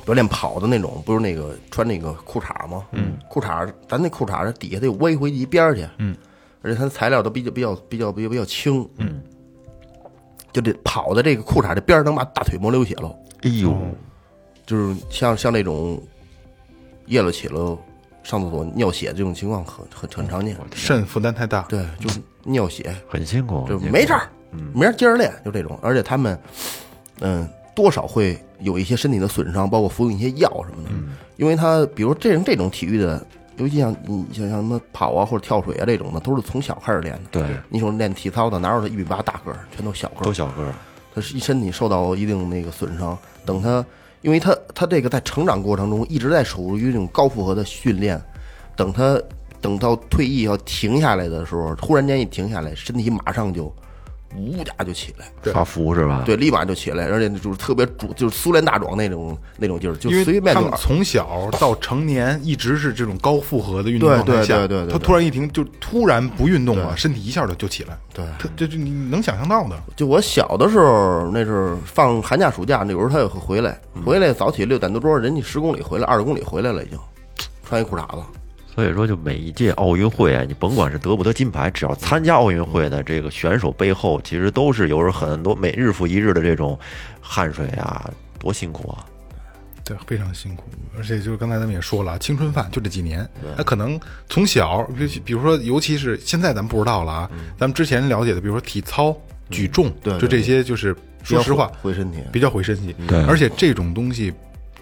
D: 有练跑的那种，不是那个穿那个裤衩吗？嗯，裤衩咱那裤衩底下得歪回一边儿去，嗯，而且它的材料都比较比较比较比较比较轻，嗯，就这跑的这个裤衩这边儿能把大腿磨流血喽，
E: 哎呦，
D: 就是像像那种夜了起了上厕所尿血这种情况很很很常见，
C: 肾负担太大，
D: 对，就是尿血，
E: 很辛苦，
D: 就没事儿，明儿接着练，就这种。而且他们，嗯，多少会有一些身体的损伤，包括服用一些药什么的，因为他比如这种这种体育的，尤其像你像像什么跑啊或者跳水啊这种的，都是从小开始练的。
E: 对，
D: 你说练体操的，哪有他一米八大个儿，全都小个儿，
E: 都小个儿，
D: 他是一身体受到一定那个损伤，等他，因为他他这个在成长过程中一直在处于这种高负荷的训练，等他等到退役要停下来的时候，突然间一停下来，身体马上就呜家就起来，
E: 发福是吧？，
D: 对，立马就起来，而且就是特别主，就是苏联大壮那种那种劲儿，就
C: 因
D: 随
C: 为
D: 便
C: 他
D: 就
C: 们从小到成年一直是这种高负荷的运动
D: 对
C: 状态下，
D: 对对对对
C: 他突然一停就突然不运动了，
D: 对
C: 身体一下就就起来，
D: 对
C: 他这这你能想象到的，
D: 就我小的时候，那是放寒假暑假，有时候他也会回来，回来早起六点多钟，人家十公里回来，二十公里回来了已经，穿一裤衩子。
E: 所以说就每一届奥运会啊，你甭管是得不得金牌，只要参加奥运会的这个选手背后，其实都是有着很多每日复一日的这种汗水啊，多辛苦啊！
C: 对，非常辛苦。而且就是刚才咱们也说了，啊青春饭就这几年，他可能从小，比比如说，尤其是现在咱们不知道了啊，咱们之前了解的，比如说体操、举重，
D: 嗯对
C: 就这些，就是说实话，
D: 毁身体，
C: 比较毁身体，
E: 对
C: 而且这种东西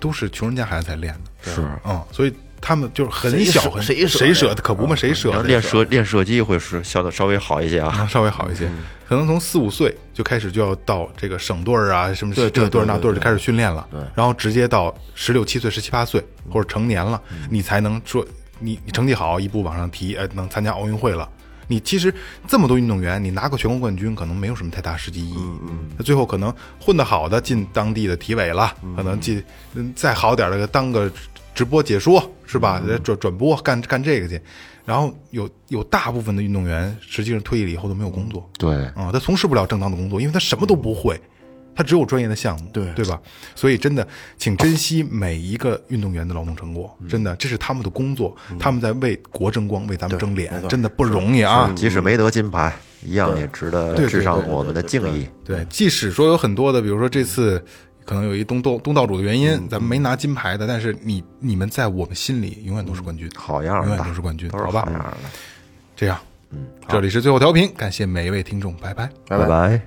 C: 都是穷人家孩子才练的，是嗯，所以他们就是很
D: 谁舍
C: 小很
D: 谁舍
C: 谁
D: 呀嗯
C: 舍得可不嘛，谁舍
E: 然后
C: 得
E: 练射练射击会是稍稍微好一些啊，
C: 啊，稍微好一些，
D: 嗯
C: 可能从四五岁就开始就要到这个省队儿啊，什么
D: 对
C: 这个
D: 对
C: 队儿
D: 对
C: 那
D: 对嗯
C: 队儿就开始训练了，然后直接到十六七岁、十七八岁或者成年了，你才能说你你成绩好，一步往上提，哎，能参加奥运会了。你其实这么多运动员，你拿个全国冠军可能没有什么太大实际意义。嗯，那最后可能混得好的进当地的体委了，可能进嗯再好点儿的当个直播解说是吧？转转播干干这个去，然后有有大部分的运动员实际上退役了以后都没有工作，
E: 对，
C: 啊、他从事不了正当的工作，因为他什么都不会，他只有专业的项目，对对吧？所以真的，请珍惜每一个运动员的劳动成果，真的，这是他们的工作，他们在为国争光，为咱们争脸，真的不容易啊！
E: 即使没得金牌，一样也值得
C: 对
E: 致上
C: 对
E: 我们的敬意。
C: 对，即使说有很多的，比如说这次可能有一东东东道主的原因，咱们没拿金牌的，但是你你们在我们心里永远都是冠军，
E: 好样
C: 永
E: 儿
C: 远
E: 的，
C: 都是冠军，
E: 都是
C: 好
E: 好
C: 吧？
E: 样儿的。
C: 这样，嗯，这里是最后调频，感谢每一位听众，拜拜。
E: 拜拜